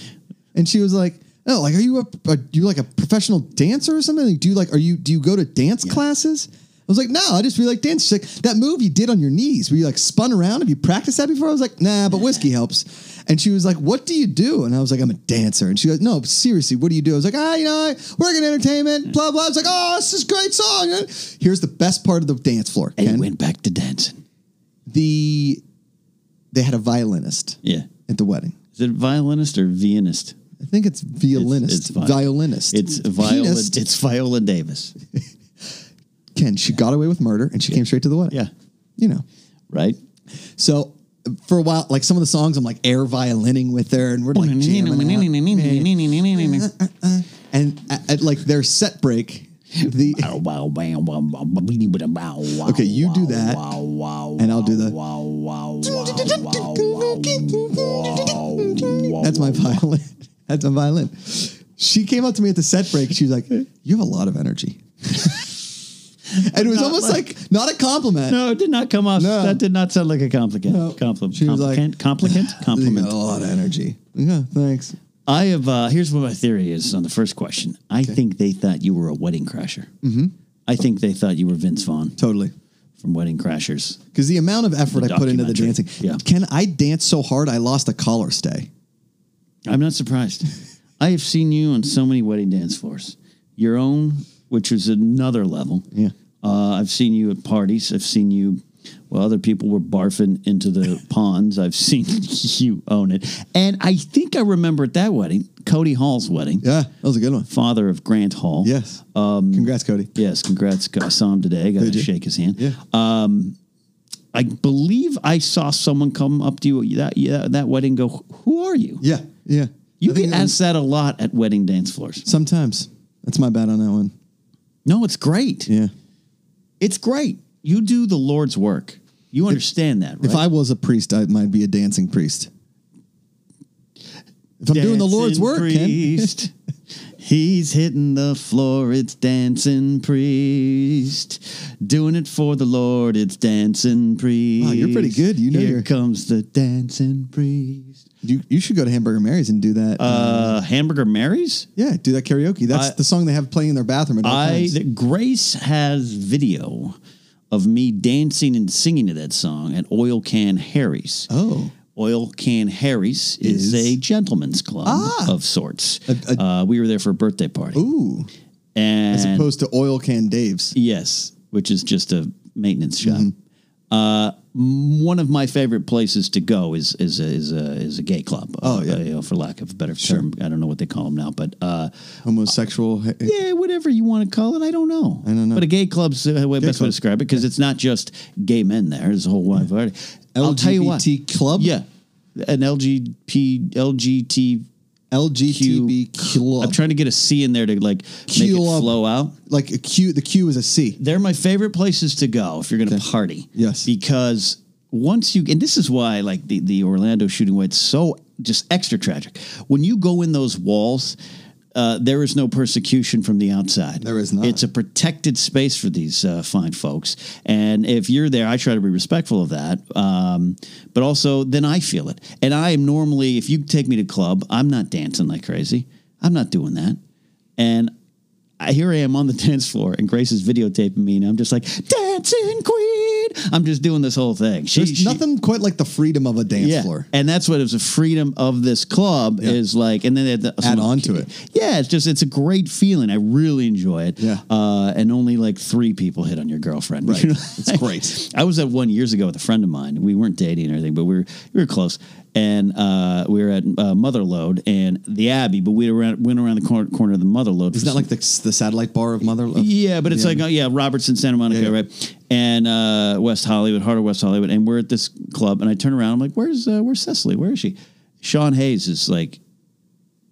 S2: And she was like, "Oh, like are you a are you like a professional dancer or something? Like, do you like are you do you go to dance classes?" I was like, "No, I just really like dance." She's like, "That move you did on your knees, where you like spun around. Have you practiced that before?" I was like, "Nah, but whiskey helps." And she was like, "What do you do?" And I was like, "I'm a dancer." And she goes, "No, seriously, what do you do?" I was like, "Ah, you know, I work in entertainment, blah blah." I was like, "Oh, this is a great song." Here's the best part of the dance floor.
S1: And
S2: Ken
S1: he went back to dancing.
S2: the they had a violinist
S1: Yeah,
S2: at the wedding.
S1: is it violinist or Vienist?
S2: I think it's violinist.
S1: it's vi-
S2: violinist.
S1: It's Viola.
S2: Pianist.
S1: It's Viola Davis,
S2: Ken. She got away with murder, and she came straight to the wedding.
S1: Yeah.
S2: you know.
S1: right?
S2: So for a while, like some of the songs, I'm like air violining with her, and we're like jamming. out. and at, at like their set break, the
S1: Okay,
S2: you do that, and I'll do the- That's my violin. That's my violin. She came up to me at the set break. She was like, "You have a lot of energy," and it was
S1: Not
S2: almost like,
S1: like-
S2: not a compliment.
S1: No, it did not come off.
S2: No.
S1: That did not sound like a compliment. Compliment.
S2: She was like-
S1: Complicant? Complicant?
S2: You
S1: Compliment.
S2: got a lot of energy. Yeah, thanks.
S1: I have. Uh, here's what my theory is on the first question. I think they thought you were a wedding crasher. Mm-hmm. I think they thought you were Vince Vaughn
S2: Totally.
S1: from Wedding Crashers.
S2: Because the amount of effort
S1: The
S2: I put into the
S1: documentary.
S2: dancing,
S1: Yeah.
S2: Ken, I danced so hard I lost a collar stay.
S1: I'm not surprised. I have seen you on so many wedding dance floors. Your own, which is another level.
S2: Yeah.
S1: Uh, I've seen you at parties. I've seen you while other people were barfing into the ponds. I've seen you own it. And I think I remember at that wedding, Cody Hall's wedding,
S2: Yeah, that was a good one.
S1: father of Grant Hall.
S2: Yes. Um, Congrats, Cody. Uh,
S1: Yes, congrats. I saw him today. Got
S2: Did
S1: to
S2: you?
S1: shake his hand.
S2: Yeah.
S1: I believe I saw someone come up to you that yeah, that wedding. Go, who are you?
S2: yeah, yeah.
S1: You
S2: I think
S1: get
S2: it was-
S1: asked that a lot at wedding dance floors.
S2: sometimes. That's my bad on that one.
S1: No, it's great.
S2: Yeah.
S1: It's great. You do the Lord's work. You understand that, right?
S2: If I was a priest, I might be a dancing priest. If I'm doing the Lord's
S1: Dancing
S2: work, Ken.
S1: priest. He's hitting the floor. It's dancing priest. Doing it for the Lord. It's dancing priest.
S2: Wow, you're pretty good. You know
S1: Here
S2: you're-
S1: comes the dancing priest.
S2: You, you should go to Hamburger Mary's and do that.
S1: Uh, Hamburger Mary's.
S2: yeah, do that karaoke. That's
S1: I-
S2: the song they have playing in their bathroom at all
S1: I
S2: times.
S1: that Grace has video of me dancing and singing to that song at Oil Can Harry's.
S2: Oh.
S1: Oil Can Harry's is,
S2: Is- Ah.
S1: a gentleman's club of sorts.
S2: a-
S1: uh, we were there for a birthday party,
S2: Ooh.
S1: and
S2: As opposed to oil can Dave's.
S1: yes, which is just a maintenance shop.
S2: Mm-hmm.
S1: Uh, m- one of my favorite places to go is is a, is a is a gay club.
S2: Oh, yeah.
S1: uh, you know, for lack of a better term, I don't know what they call them now, but uh,
S2: Homosexual.
S1: yeah, whatever you want to call it. I don't know. I
S2: don't know.
S1: But a gay club's the way best way to
S2: club.
S1: describe it because it's not just gay men there. There's a whole wide variety. I'll tell you what.
S2: LGBT club?
S1: Yeah. An LGP, LGBT.
S2: LGTB club.
S1: I'm trying to get a C in there to like make it
S2: Club.
S1: flow out.
S2: like a Q. The Q is a C.
S1: They're my favorite places to go if you're going to party.
S2: Yes.
S1: Because once you, and this is why like the, the Orlando shooting, why it's so just extra tragic. When you go in those walls, uh, there is no persecution from the outside.
S2: There is not.
S1: It's a protected space for these uh, fine folks. And if you're there, I try to be respectful of that. Um, but also, then I feel it. And I am normally, if you take me to club, I'm not dancing like crazy. I'm not doing that. And I, here I am on the dance floor, and Grace is videotaping me, and I'm just like dancing queen. I'm just doing this whole thing. She,
S2: There's
S1: she-
S2: nothing quite like the freedom of a dance floor.
S1: and that's what it was. The freedom of this club is like, and then they had the,
S2: Add
S1: some-
S2: on to it.
S1: Yeah, it's just it's a great feeling. I really enjoy it.
S2: Yeah.
S1: uh, and only like three people hit on your girlfriend.
S2: Right.
S1: You know?
S2: It's great.
S1: I was at one years ago with a friend of mine. We weren't dating or anything, but we were we were close, and uh, we were at uh, Motherlode and the Abbey. But we around, went around the corner, corner of the Motherlode.
S2: Isn't that like the, the satellite bar of Mother? Love?
S1: Yeah, but it's like uh, yeah, Robertson, Santa Monica,
S2: Yeah, yeah.
S1: right? And uh, West Hollywood, heart of West Hollywood, and we're at this club, and I turn around, I'm like, "Where's uh, where's Cecily? Where is she?" Sean Hayes is like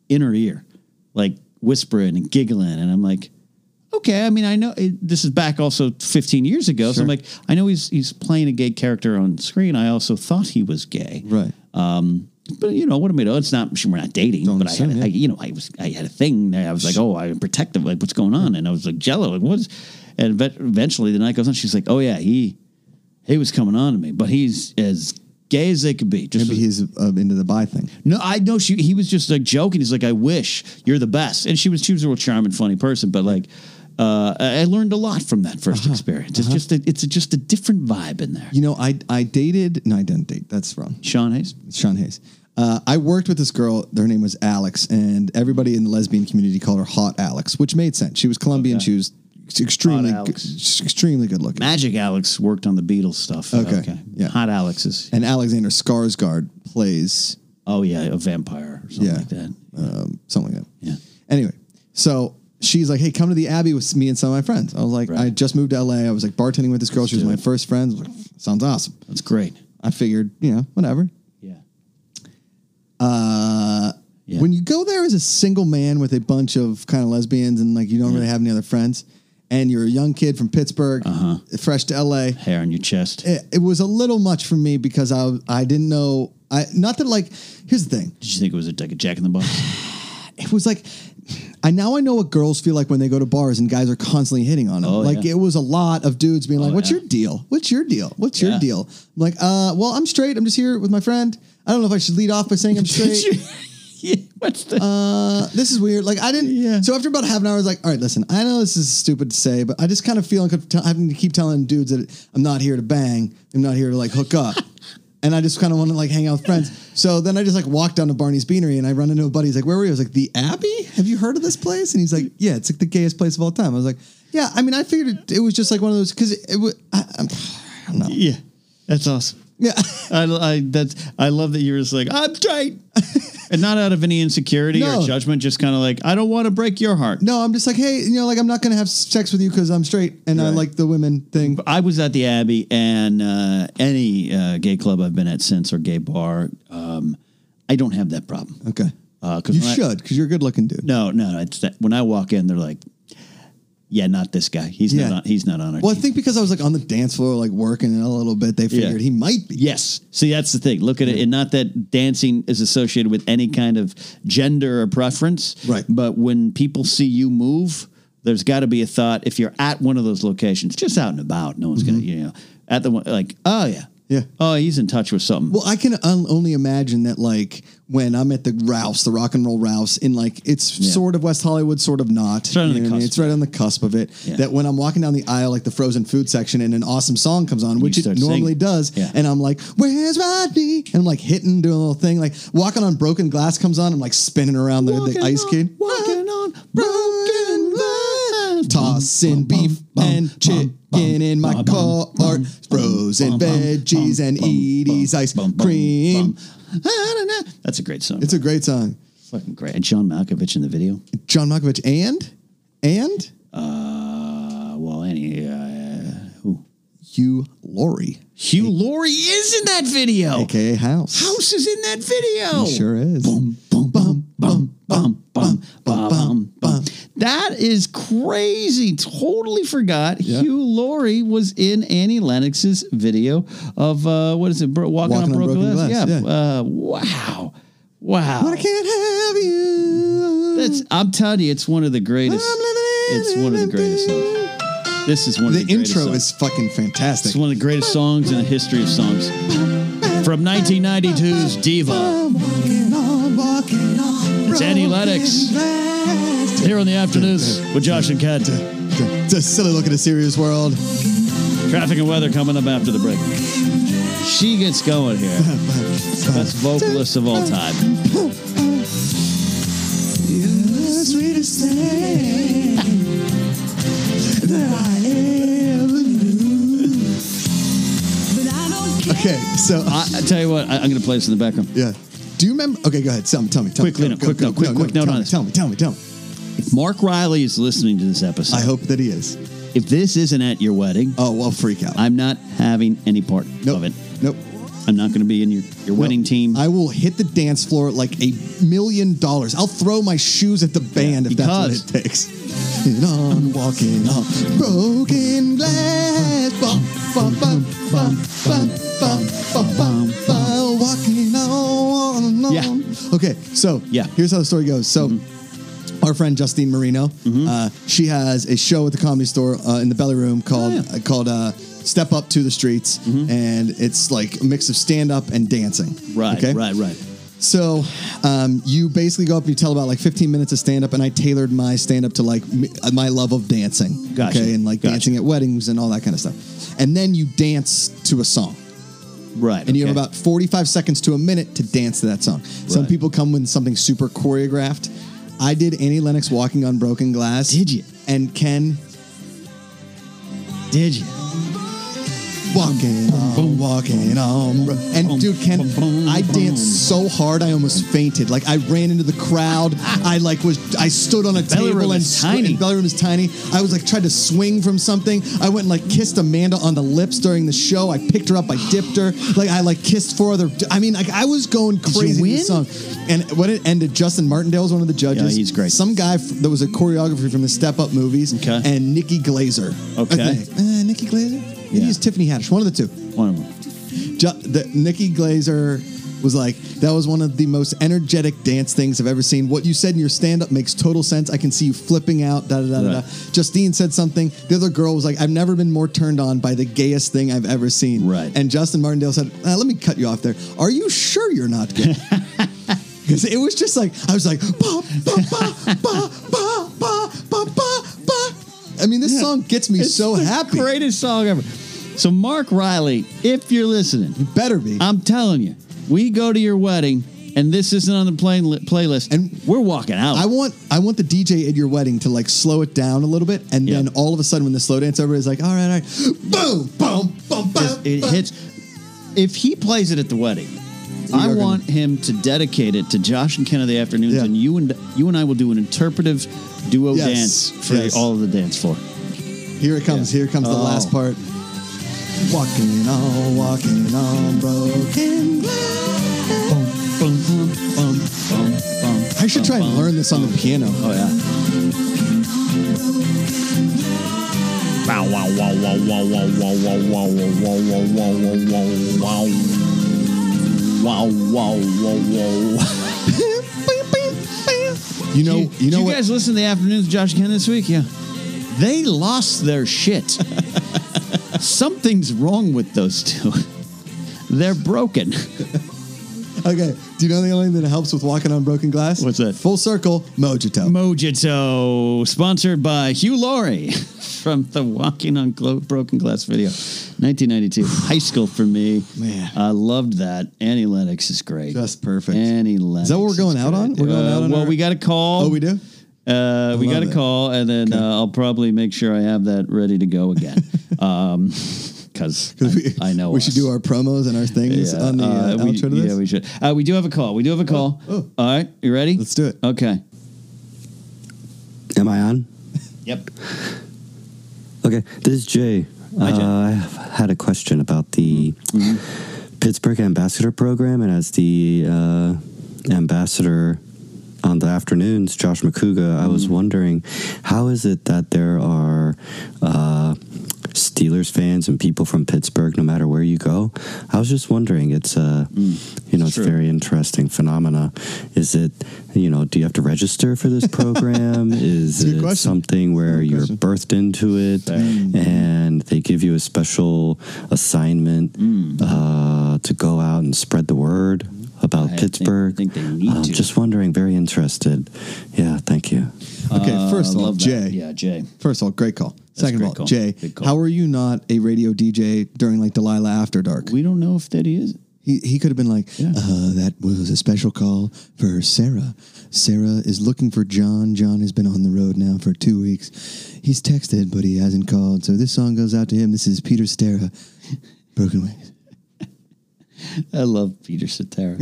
S1: in her ear, like whispering and giggling, and I'm like, "Okay, I mean, I know it, this is back also 15 years ago, so
S2: Sure.
S1: I'm like, I know he's he's playing a gay character on screen. I also thought he was gay,
S2: Right.
S1: but you know what I mean? It's not we're not dating,
S2: Don't
S1: but I had,
S2: assume,
S1: a-
S2: yeah.
S1: I- you know, I was I had a thing. There. I was like, oh, I'm protective. Like, what's going on? And I was like, Jello, like, what's? And ve- eventually, the night goes on. She's like, oh yeah, he he was coming on to me, but he's as gay as they could be. Just
S2: Maybe he's um, into the buy thing.
S1: no, I know she. He was just like joking. He's like, I wish you're the best. And she was she was a real charming, funny person, but like. Uh, I I learned a lot from that 1st experience. It's just a, it's a, just a different vibe in there.
S2: Uh-huh. You know, I I dated. No, I didn't date. That's wrong.
S1: Sean Hayes,
S2: It's Sean Hayes. Uh, I worked with this girl. Her name was Alex, and everybody in the lesbian community called her Hot Alex, which made sense. She was Colombian. She was extremely,
S1: Hot Alex.
S2: g- extremely good looking.
S1: Magic Alex worked on the Beatles stuff.
S2: Okay, yeah.
S1: Hot Alex is
S2: and Alexander Skarsgård plays
S1: Oh yeah, a vampire or something
S2: Yeah.
S1: like that.
S2: um, something like that.
S1: Yeah.
S2: Anyway, so she's like, "Hey, come to the Abbey with me and some of my friends." I was like,
S1: Right.
S2: "I just moved to LA. I was like bartending with this girl. She was
S1: do
S2: my
S1: it.
S2: first friend. I was like, Sounds awesome."
S1: That's great.
S2: I figured, you know, whatever.
S1: Yeah. Yeah.
S2: When you go there as a single man with a bunch of kind of lesbians and like you don't really have any other friends, and you're a young kid from Pittsburgh,
S1: Uh-huh.
S2: fresh to LA,
S1: Hair on your chest.
S2: it, it was a little much for me because I I didn't know I not that like here's the thing
S1: Did you think it was a, like a Jack in the Box?
S2: it was like I now I know what girls feel like when they go to bars and guys are constantly hitting on them.
S1: Oh,
S2: like
S1: yeah. Oh,
S2: it was a lot of dudes being like, "What's
S1: yeah.
S2: your deal? What's your deal? What's your
S1: Yeah.
S2: deal?" I'm like, "Uh, well, I'm straight. I'm just here with my friend. I don't know if I should lead off by saying I'm straight."
S1: yeah. What's the?
S2: uh, this is weird. Like I didn't.
S1: Yeah.
S2: So after about half an hour, I was like, all right, listen, I know this is stupid to say, but I just kind of feel like I'm t- having to keep telling dudes that I'm not here to bang. I'm not here to like hook up. And I just kind of want to like hang out with friends. So then I just like walked down to Barney's Beanery and I run into a buddy. He's like, "Where were you?" I was like, "The Abbey. Have you heard of this place?" And he's like, "Yeah, it's like the gayest place of all time." I was like, "Yeah, I mean, I figured it, it was just like one of those because it, it was." I, I'm, I don't know.
S1: yeah. That's awesome.
S2: Yeah,
S1: I, I that's I love that you were just like I'm straight, and not out of any insecurity
S2: No.
S1: or judgment, just kind of like I don't want to break your heart.
S2: no, I'm just like, hey, you know, like I'm not gonna have sex with you because I'm straight and I
S1: Right.
S2: like the women thing.
S1: I was at the Abbey and uh, any uh, gay club I've been at since or gay bar, um, I don't have that problem.
S2: Okay.
S1: Uh, 'cause
S2: you
S1: when I-
S2: should, because you're a good looking dude.
S1: No, no, it's that when I walk in, they're like, "Yeah, not this guy. He's
S2: Yeah.
S1: not. On, he's not on our
S2: Well, I
S1: team."
S2: think because I was like on the dance floor, like working a little bit, they figured he might be.
S1: yes. See, that's the thing. Look at it, and not that dancing is associated with any kind of gender or preference,
S2: Right.
S1: But when people see you move, there's got to be a thought. If you're at one of those locations, just out and about, no one's gonna, you know, at the one like, oh yeah,
S2: Mm-hmm. Yeah.
S1: oh he's in touch with something.
S2: Well, I can un- only imagine that, like, when I'm at the Rouse, the rock and roll Rouse, in like, it's
S1: Yeah.
S2: sort of West Hollywood, sort of not.
S1: right on
S2: You know
S1: the
S2: what I mean?
S1: cusp.
S2: It's right on the cusp of it.
S1: Yeah.
S2: That when I'm walking down the aisle, like the frozen food section, and an awesome song comes on, which it
S1: start
S2: normally
S1: singing.
S2: does,
S1: Yeah.
S2: and I'm like, where's Rodney? And I'm like hitting, doing a little thing, like walking on broken glass comes on, I'm like spinning around the, the
S1: Walking
S2: ice
S1: on-
S2: kid.
S1: walking on broken glass.
S2: Tossing beef and chicken in my car, frozen veggies and Edie's ice cream.
S1: That's a great song.
S2: It's a great song.
S1: fucking great. And John Malkovich in the video.
S2: John Malkovich and and
S1: Uh, well, any uh, who?
S2: Hugh Laurie,
S1: Hugh Laurie is in that video.
S2: aka House.
S1: House is in that video.
S2: He sure is.
S1: Boom, boom, boom, boom, boom, boom, boom, boom, boom. That is crazy. Totally forgot
S2: Yeah.
S1: Hugh Laurie was in Annie Lennox's video of uh, what is it, Bro- Walking, on, Broken Glass. Yeah. Uh, wow. Wow.
S2: But I can't have you.
S1: That's I'm telling you, it's one of the greatest.
S2: Mm. I'm living
S1: It's
S2: in
S1: one of the
S2: a
S1: greatest
S2: dream.
S1: songs. This is one of
S2: The
S1: the, greatest
S2: intro
S1: songs.
S2: is fucking fantastic.
S1: It's one of the greatest songs in the history of songs. From 1992's Diva,
S2: Walking on, walking on,
S1: It's Annie Lennox.
S2: Lennox.
S1: here on the afternoons with Josh and Ken.
S2: It's a silly look at a serious world.
S1: Traffic and weather coming up after the break. She gets going here. Best vocalist of all time.
S2: The sweetest thing that I ever knew. Okay, so I,
S1: I, I tell you what, I, am going to play this in the background.
S2: yeah. Do you remember? Okay, go ahead. Tell me. Tell me. Tell
S1: Quick
S2: me.
S1: note,
S2: go,
S1: quick
S2: go,
S1: note,
S2: go,
S1: quick-
S2: no, no,
S1: quick note
S2: tell
S1: on
S2: me,
S1: this.
S2: Tell me. Tell me. Tell me.
S1: Mark Riley is listening to this episode.
S2: I hope that he is.
S1: if this isn't at your wedding,
S2: Oh, well, freak out.
S1: I'm not having any part of it.
S2: Nope.
S1: I'm not going to be in your, your wedding
S2: Nope.
S1: team.
S2: I will hit the dance floor like a million dollars. I'll throw my shoes at the band if
S1: because-
S2: that's what it takes. And I'm walking on broken glass. Bum, bum, bum, bum, bum, bum, bum, bum, bum. Walking on. on.
S1: Yeah.
S2: Okay, so
S1: Yeah. Mm-hmm.
S2: here's how the story goes. So our friend Justine Marino. Uh, she has a show at the Comedy Store uh, in the Belly Room called
S1: Oh, yeah. Mm-hmm.
S2: uh, called uh, Step Up to the Streets, and it's like a mix of stand up and dancing.
S1: right,
S2: Okay?
S1: right, right.
S2: So um, you basically go up and you tell about like 15 minutes of stand up, and I tailored my stand up to like m- my love of dancing.
S1: Gotcha.
S2: Okay, and like
S1: Gotcha.
S2: dancing at weddings and all that kind of stuff, and then you dance to a song.
S1: Right.
S2: And you have
S1: okay.
S2: about 45 seconds to a minute to dance to that song. Some
S1: Right.
S2: people come with something super choreographed. I did Annie Lennox walking on broken glass.
S1: Did you?
S2: And Ken
S1: Did you?
S2: walking on, walking on. bro- And dude, Ken, I danced so hard I almost fainted. Like I ran into the crowd. I like was I stood on a
S1: Belly
S2: table
S1: room
S2: and
S1: is
S2: sw-
S1: tiny.
S2: and belly room is tiny. I was like tried to swing from something. I went and like kissed Amanda on the lips during the show. I picked her up. I dipped her. Like I like kissed four other. I mean, like I was going
S1: you
S2: crazy with this
S1: win?
S2: song. And when it ended, Justin Martindale was one of the judges.
S1: Yeah, he's great.
S2: Some guy f- that was a choreographer from the Step Up movies.
S1: Okay.
S2: And Nikki Glazer.
S1: Okay.
S2: I think. Uh, Nikki Glazer. Maybe
S1: Yeah.
S2: it's Tiffany Haddish. One of the two.
S1: One of them.
S2: Ju- the, Nikki Glazer was like, that was one of the most energetic dance things I've ever seen. What you said in your stand up makes total sense. I can see you flipping out, da da da da da.
S1: Right.
S2: Justine said something. The other girl was like, I've never been more turned on by the gayest thing I've ever seen.
S1: Right.
S2: And Justin Martindale said, uh, Let me cut you off there. Are you sure you're not gay? Because it was just like, I was like, ba, ba, ba, ba, ba, ba, ba, ba, ba. I mean, this song gets me
S1: It's
S2: so
S1: the
S2: happy.
S1: Greatest song ever. So Mark Riley, if you're listening,
S2: Better be.
S1: I'm telling you, we go to your wedding, and this isn't on the play- playlist,
S2: And-
S1: we're walking out.
S2: I want I want the DJ at your wedding to like slow it down a little bit, and
S1: Yeah.
S2: then all of a sudden, when the slow dance over, is like, all right, all right, boom, boom, boom, boom.
S1: Just- it
S2: boom.
S1: hits. If he plays it at the wedding,
S2: are
S1: I
S2: gonna-
S1: want him to dedicate it to Josh and Ken of the afternoons,
S2: Yeah.
S1: and you and you and I will do an interpretive duo
S2: Yes,
S1: dance for
S2: yes.
S1: all of the dance floor.
S2: Here it comes.
S1: Yeah.
S2: Here comes the
S1: Oh.
S2: last part. Walking on, walking on, broken glass. I should try and learn this on the piano.
S1: Oh yeah. Wow! Wow! Wow! Wow! Wow! Wow! Wow! Wow! Wow! Wow! Wow! Wow! Wow! Wow! Wow! Wow! Wow! Wow!
S2: You know,
S1: you,
S2: you know
S1: did
S2: what?
S1: You guys listen to the afternoons with Josh and Ken this week? Yeah. They lost their shit. Something's wrong with those two. They're broken.
S2: okay, do you know the only thing that helps with walking on broken glass?
S1: What's that?
S2: Full circle, Mojito.
S1: Mojito, sponsored by Hugh Laurie from the Walking on Glo- Broken Glass video, 1992, high school for me.
S2: Man.
S1: I loved that. Annie Lennox is great.
S2: Just perfect.
S1: Annie Lennox.
S2: Is that what we're going
S1: is
S2: out on?
S1: great.
S2: We're going out
S1: Uh,
S2: on
S1: Well,
S2: our-
S1: we got a call.
S2: oh, we do.
S1: Uh, we
S2: love
S1: got a
S2: it.
S1: call, and then uh, I'll probably make sure I have that ready to go again. um, because
S2: We-
S1: I, I know
S2: we should do our promos and our things on the uh,
S1: we,
S2: outro to this.
S1: Yeah, we should. Uh, we do have a call. We do have a call.
S2: oh.
S1: All right, you ready?
S2: Let's do it.
S1: Okay.
S5: Am I on?
S1: Yep.
S5: Okay, this is Jay.
S1: Hi, Jay.
S5: Uh, I have had a question about the
S2: Mm-hmm.
S5: Pittsburgh Ambassador Program, and as the uh, ambassador on the afternoons,
S2: Mm-hmm.
S5: Josh McCouga, I was wondering how is it that there are uh, Steelers fans and people from Pittsburgh, no matter where you go. I was just wondering, it's uh,
S2: Mm.
S5: you know, it's
S1: true.
S5: very interesting phenomena. Is it, you know, do you have to register for this program? Is
S2: a good
S5: it
S2: question.
S5: something
S1: Oh,
S5: where you're
S2: question.
S5: birthed into it
S1: Mm.
S5: and they give you a special assignment
S1: Mm.
S5: uh, to go out and spread the word about
S1: I think-
S5: Pittsburgh?
S1: think they need
S5: Um,
S1: to.
S5: Just wondering, very interested. Yeah, thank you.
S2: Okay, first of
S1: I
S2: all,
S1: Uh, love that.
S2: Jay.
S1: Yeah, Jay.
S2: First of all, great call. Second of
S1: great
S2: all,
S1: call.
S2: Jay,
S1: Big call.
S2: how are you not a radio DJ during like Delilah After Dark?
S1: We don't know if that is.
S2: He, he could have been like,
S1: Yeah.
S2: uh, that was a special call for Sarah. Sarah is looking for John. John has been on the road now for two weeks. He's texted, but he hasn't called. So this song goes out to him. This is Peter Stara, Broken Wings.
S1: I love Peter Cetera.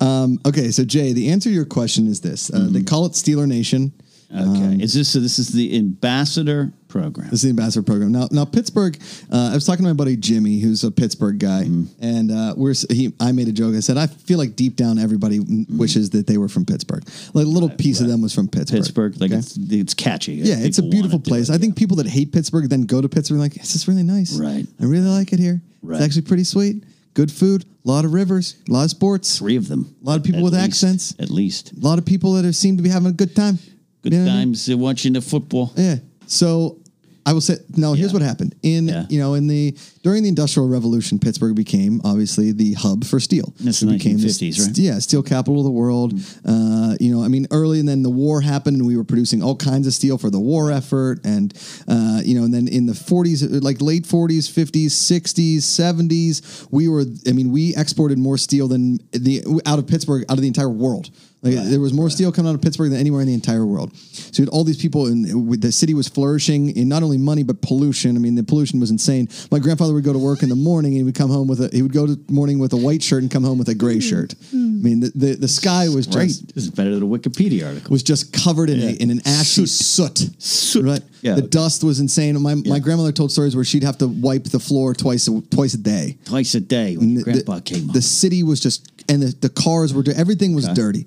S2: Um, okay, so Jay, the answer to your question is this. Uh, They call it Steeler Nation.
S1: Okay, is this so? This is the ambassador program.
S2: Um, This is the ambassador program. Now, now Pittsburgh. Uh, I was talking to my buddy Jimmy, who's a Pittsburgh guy,
S1: Mm.
S2: and uh, we're s- he. I made a joke. I said I feel like deep down everybody n-
S1: Mm.
S2: wishes that they were from Pittsburgh. Like a little piece of them was from Pittsburgh.
S1: Pittsburgh, like
S2: okay?
S1: it's it's catchy.
S2: yeah, it's a
S1: People
S2: beautiful
S1: wanna do
S2: place.
S1: it,
S2: I think people that hate Pittsburgh then go to Pittsburgh like this is really nice.
S1: Right.
S2: I really like it here.
S1: Right.
S2: It's actually pretty sweet. Good food. A lot of rivers. A lot of sports.
S1: three of them.
S2: A lot of people
S1: At
S2: with
S1: least-
S2: accents.
S1: At least
S2: A lot of people that are, seem to be having a good time.
S1: good
S2: You know what I mean?
S1: times uh, watching the football.
S2: Yeah. So I will say now. Here's
S1: Yeah.
S2: what happened in
S1: Yeah.
S2: you know in the during the Industrial Revolution, Pittsburgh became obviously the hub for steel.
S1: That's
S2: It became the
S1: 1950s, right? Mm.
S2: st- Yeah, steel capital of the world. Uh, you know, I mean, early and then the war happened, and we were producing all kinds of steel for the war effort, and uh, you know, and then in the 40s, like late 40s, 50s, 60s, 70s, we were. I mean, we exported more steel than the out of Pittsburgh, out of the entire world. Like there was more steel coming out of Pittsburgh than anywhere in the entire world. So you had all these people, and with- the city was flourishing in not only money but pollution. I mean, the pollution was insane. My grandfather would go to work in the morning, and he would come home with a he would go to morning with a white shirt and come home with a gray shirt. I mean, the the, the sky was
S1: Right,
S2: just
S1: this is better than a Wikipedia article.
S2: was just covered in, a,
S1: Yeah.
S2: in an ashy soot.
S1: Soot.
S2: Right?
S1: Yeah.
S2: The dust was insane. My, my grandmother told stories where she'd have to wipe the floor twice a, twice a day.
S1: Twice a day when
S2: The-
S1: your grandpa
S2: the,
S1: came up.
S2: The city was just, and the, the cars were, dir- everything was dirty.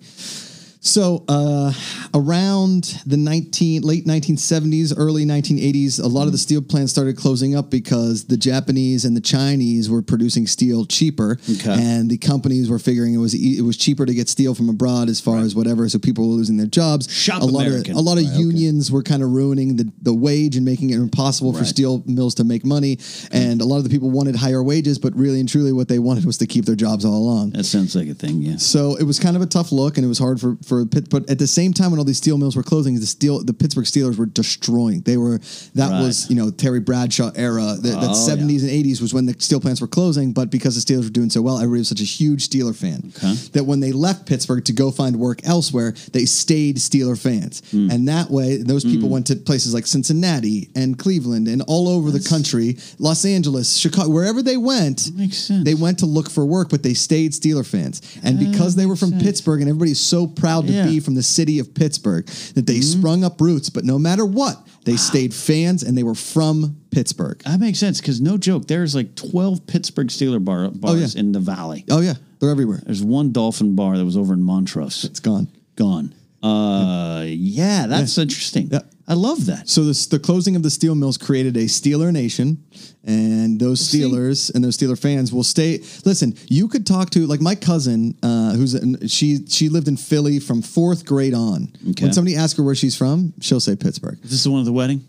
S2: So uh, around the 19, late 1970s, early 1980s, a lot of the steel plants started closing up because the Japanese and the Chinese were producing steel cheaper,
S1: Okay.
S2: and the companies were figuring it was e- it was cheaper to get steel from abroad as far as whatever. So people were losing their jobs.
S1: Shop
S2: a lot
S1: American.
S2: of a lot of
S1: Right, okay.
S2: unions were kind of ruining the, the wage and making it impossible for
S1: Right.
S2: steel mills to make money. And a lot of the people wanted higher wages, but really and truly, what they wanted was to keep their jobs all along.
S1: that sounds like a thing. Yeah.
S2: So it was kind of a tough look, and it was hard for for Pitt. But at the same time, when all these steel mills were closing, the steel the Pittsburgh Steelers were destroying. They were that
S1: Right.
S2: was you know Terry Bradshaw era. The,
S1: Oh,
S2: that seventies and eighties was when the steel plants were closing. But because the Steelers were doing so well, everybody was such a huge Steeler fan that when they left Pittsburgh to go find work elsewhere, they stayed Steeler fans,
S1: Hmm.
S2: and that way those people went to places like Cincinnati and Cleveland and all over the country, Los Angeles, Chicago, wherever they went.
S1: Makes sense.
S2: They went to look for work, but they stayed Steeler fans. And because they were from Pittsburgh, and everybody's so proud to
S1: Ah, Yeah. Mm-hmm.
S2: be from the city of Pittsburgh, that they sprung up roots. But no matter what, they stayed fans, and they were from Pittsburgh.
S1: That makes sense because no joke, there's like 12 Pittsburgh Steeler bar, bars in the valley.
S2: Oh yeah, they're everywhere.
S1: There's one Dolphin bar that was over in Montrose.
S2: It's gone.
S1: Gone. Uh, yeah, that's interesting.
S2: Yeah.
S1: I love that.
S2: So this, the closing of the steel mills created a Steeler nation, and those
S1: see.
S2: Steelers and those Steeler fans will stay. Listen, you could talk to like my cousin, uh, who's an, she she lived in Philly from fourth grade on.
S1: Okay.
S2: When somebody asks her where she's from, she'll say Pittsburgh.
S1: Is this the one at the wedding?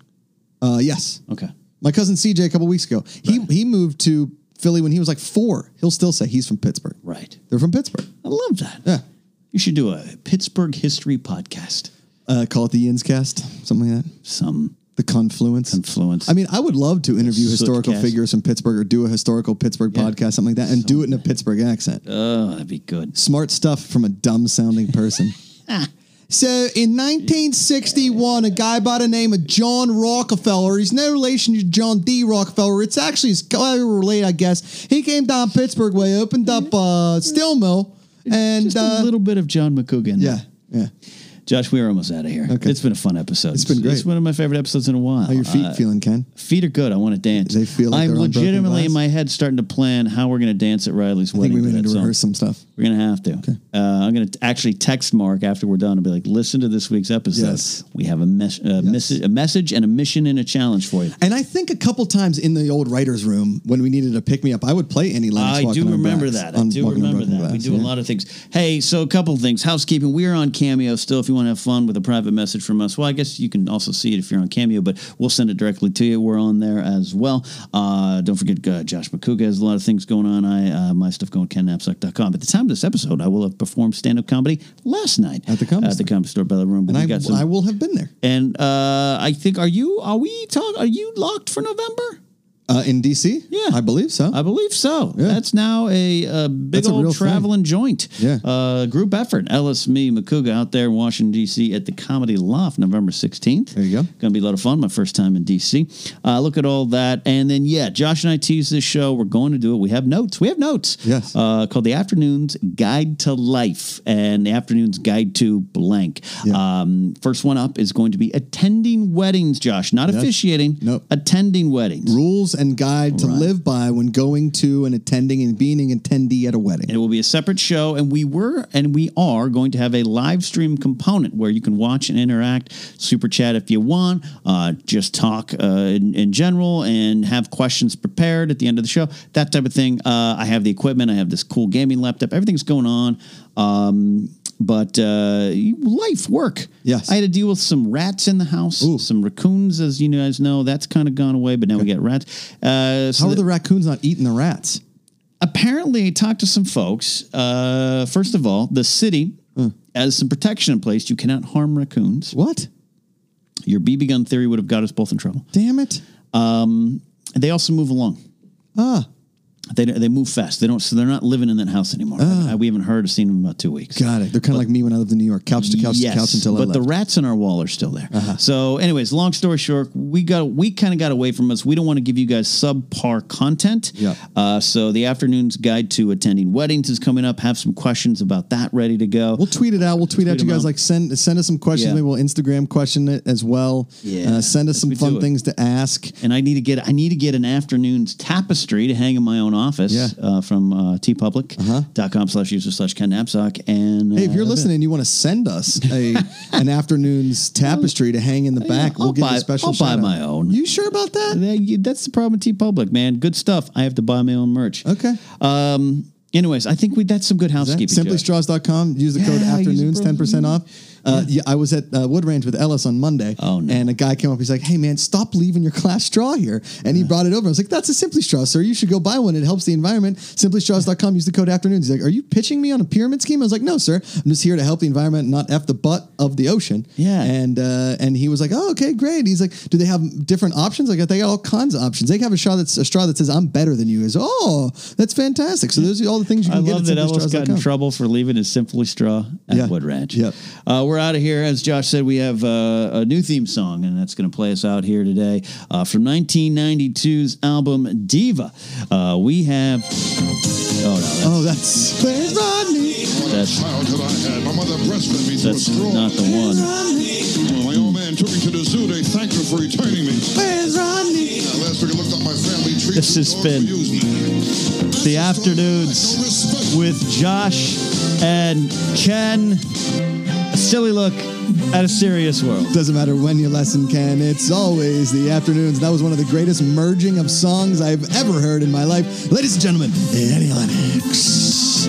S2: Uh, yes.
S1: Okay.
S2: My cousin CJ a couple weeks ago. He he moved to Philly when he was like four. He'll still say he's from Pittsburgh.
S1: Right.
S2: They're from Pittsburgh.
S1: I love that.
S2: Yeah.
S1: You should do a Pittsburgh history podcast.
S2: Uh, call it the Yins cast, something like that.
S1: Some
S2: The confluence.
S1: Confluence.
S2: I mean, I would love to interview
S1: Sootcast.
S2: historical figures from Pittsburgh or do a historical Pittsburgh
S1: Yeah.
S2: podcast, something like that, and do it in a Pittsburgh accent.
S1: oh, that'd be good.
S2: Smart stuff from a dumb sounding person. So in 1961, a guy by the name of John Rockefeller, he's no relation to John D. Rockefeller. It's actually his kind of related, I guess. He came down Pittsburgh way, opened up a uh, steel mill, and
S1: Just
S2: uh,
S1: a little bit of John McCougan.
S2: yeah, yeah.
S1: Josh, we are almost out of here.
S2: Okay.
S1: It's been a fun episode.
S2: It's been
S1: It's
S2: great.
S1: one of my favorite episodes in a while.
S2: How your feet
S1: Uh,
S2: feeling, Ken?
S1: Feet are good. I want to dance.
S2: They feel like
S1: I'm
S2: they're on broken
S1: legitimately in
S2: glass?
S1: my head starting to plan how we're going to dance at Riley's
S2: I think
S1: wedding.
S2: we
S1: to
S2: may need
S1: that
S2: to
S1: song.
S2: rehearse some stuff.
S1: We're gonna have to. Uh, I'm gonna t- actually text Mark after we're done and be like, "Listen to this week's episode.
S2: Yes.
S1: We have a, mes- a, mes- a message and a mission and a challenge for you."
S2: And I think a couple times in the old writers' room when we needed to pick me up, I would play any Lennox.
S1: I
S2: Walking
S1: do
S2: on
S1: remember
S2: Glass-
S1: that. I
S2: on
S1: do
S2: Walking on
S1: remember
S2: Broken
S1: that. we
S2: Glass,
S1: do a
S2: yeah.
S1: lot of things. Hey, so a couple of things. Housekeeping. We are on Cameo still. If you want to have fun with a private message from us, well, I guess you can also see it if you're on Cameo, but we'll send it directly to you. We're on there as well. Uh, don't forget, uh, Josh McCouga has a lot of things going on. I uh, my stuff going kennapsuck.com. At the time of this episode, I will have performed stand up comedy last night
S2: At the comedy
S1: at the
S2: store.
S1: comedy store Bella Room.
S2: And I, I will have been there
S1: and uh, I think are you are we talk are you locked for November?
S2: uh, in DC.
S1: Yeah.
S2: I believe so.
S1: I believe so.
S2: Yeah.
S1: That's now a, a big
S2: That's a real
S1: old
S2: thing.
S1: traveling joint.
S2: Yeah.
S1: Uh, group effort. Ellis, me, Makuga out there in Washington, D.C. at the Comedy Loft November 16th.
S2: There you go.
S1: Going to be a lot of fun. My first time in D.C. Uh, look at all that. And then, yeah, Josh and I tease this show. We're going to do it. We have notes. We have notes.
S2: Yes.
S1: Uh, called The Afternoon's Guide to Life and The Afternoon's Guide to Blank.
S2: Yeah.
S1: Um, first one up is going to be attending weddings, Josh. Not officiating.
S2: Nope.
S1: Attending weddings.
S2: Rules and guide to live by when going to and attending and being an attendee at a wedding.
S1: It will be a separate show, and we were and we are going to have a live stream component where you can watch and interact, super chat if you want, uh, just talk uh, in, in general, and have questions prepared at the end of the show, that type of thing. Uh, I have the equipment, I have this cool gaming laptop, everything's going on. Um, but uh, life, work.
S2: Yes.
S1: I had to deal with some rats in the house, some raccoons, as you guys know. That's kind of gone away, but now we got rats. Uh, so
S2: How are the raccoons not eating the rats?
S1: apparently talked to some folks. Uh, first of all, the city
S2: Hmm.
S1: has some protection in place. You cannot harm raccoons.
S2: What?
S1: Your BB gun theory would have got us both in trouble.
S2: Damn it.
S1: And they also move along.
S2: Ah,
S1: They they move fast. They don't. So they're not living in that house anymore. Uh, we haven't heard or seen them in about two weeks.
S2: Ah. got it. They're kind of like me when I lived in New York, couch to couch to couch until I
S1: but
S2: left. Uh-huh.
S1: the rats in our wall are still there. So, anyways, long story short, we got we kind of got away from us. We don't want to give you guys subpar content.
S2: Yeah.
S1: Uh, so the afternoon's guide to attending weddings is coming up. Have some questions about that ready to go.
S2: We'll tweet it out. We'll tweet,
S1: Tweet
S2: out to you
S1: 'em
S2: guys.
S1: out.
S2: Like send send us some questions.
S1: Yeah.
S2: Maybe we'll Instagram question it as well.
S1: Yeah.
S2: Uh, send us
S1: As
S2: some
S1: we do
S2: fun
S1: it.
S2: things to ask.
S1: and I need to get I need to get an afternoon's tapestry to hang in my own office
S2: Yeah. Uh-huh.
S1: uh, from uh, tpublic.com slash user slash Ken Knapsack. And
S2: Hey, if you're
S1: uh,
S2: listening, you want to send us a an afternoon's tapestry to hang in the back.
S1: I'll
S2: we'll give you
S1: buy-
S2: a special.
S1: I'll buy
S2: shout-out.
S1: my own.
S2: You sure about that?
S1: that- that's the problem with TeePublic, man. Good stuff. I have to buy my own merch.
S2: Okay.
S1: Um. Anyways, I think we that's some good housekeeping. Josh.
S2: SimplyStraws.com. Use the code
S1: Yeah, use
S2: afternoons
S1: the
S2: ten percent off. Uh, yeah. I was at uh, Wood Ranch with Ellis on Monday,
S1: Oh, no.
S2: and a guy came up. He's like, "Hey, man, stop leaving your glass straw here." And he brought it over. I was like, "That's a Simply Straw, sir. You should go buy one. It helps the environment." SimplyStraws.com. Use the code afternoons. He's like, "Are you pitching me on a pyramid scheme?" I was like, "No, sir. I'm just here to help the environment, not f the butt of the ocean."
S1: Yeah.
S2: And uh, and he was like, "Oh, okay, great." He's like, "Do they have different options?" Like, they got all kinds of options. They have a straw that's a straw that says, "I'm better than you." Is oh, that's fantastic. So those are all the things you
S1: I
S2: can get.
S1: love
S2: at
S1: that Ellis got in
S2: simplystraws.com.
S1: trouble for leaving his Simply Straw at
S2: Yeah.
S1: Wood Ranch.
S2: Yep.
S1: Uh, we're out of here. As Josh said, we have uh, a new theme song, and that's going to play us out here today uh, from 1992's album Diva. Uh, we have. Oh,
S2: Oh, that's where's Rodney?
S1: no. That's,
S3: Child that I had. My mother breastfed me through
S1: that's
S3: a straw.
S1: not the one.
S3: When my old man took me to the zoo, they thanked her for returning me.
S2: Where's Rodney?
S3: Now, last week I looked up my family tree.
S1: This
S3: two
S1: has
S3: dogs
S1: been
S3: were using it. That's
S1: The
S3: a story
S1: Afternoons.
S3: I like. No respect.
S1: with Josh and Ken. A silly look at a serious world.
S2: Doesn't matter when your lesson can, it's always the afternoons. That was one of the greatest merging of songs I've ever heard in my life. Ladies and gentlemen, Annie Lennox.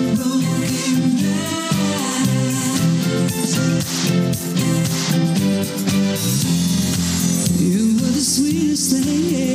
S6: You were the sweetest thing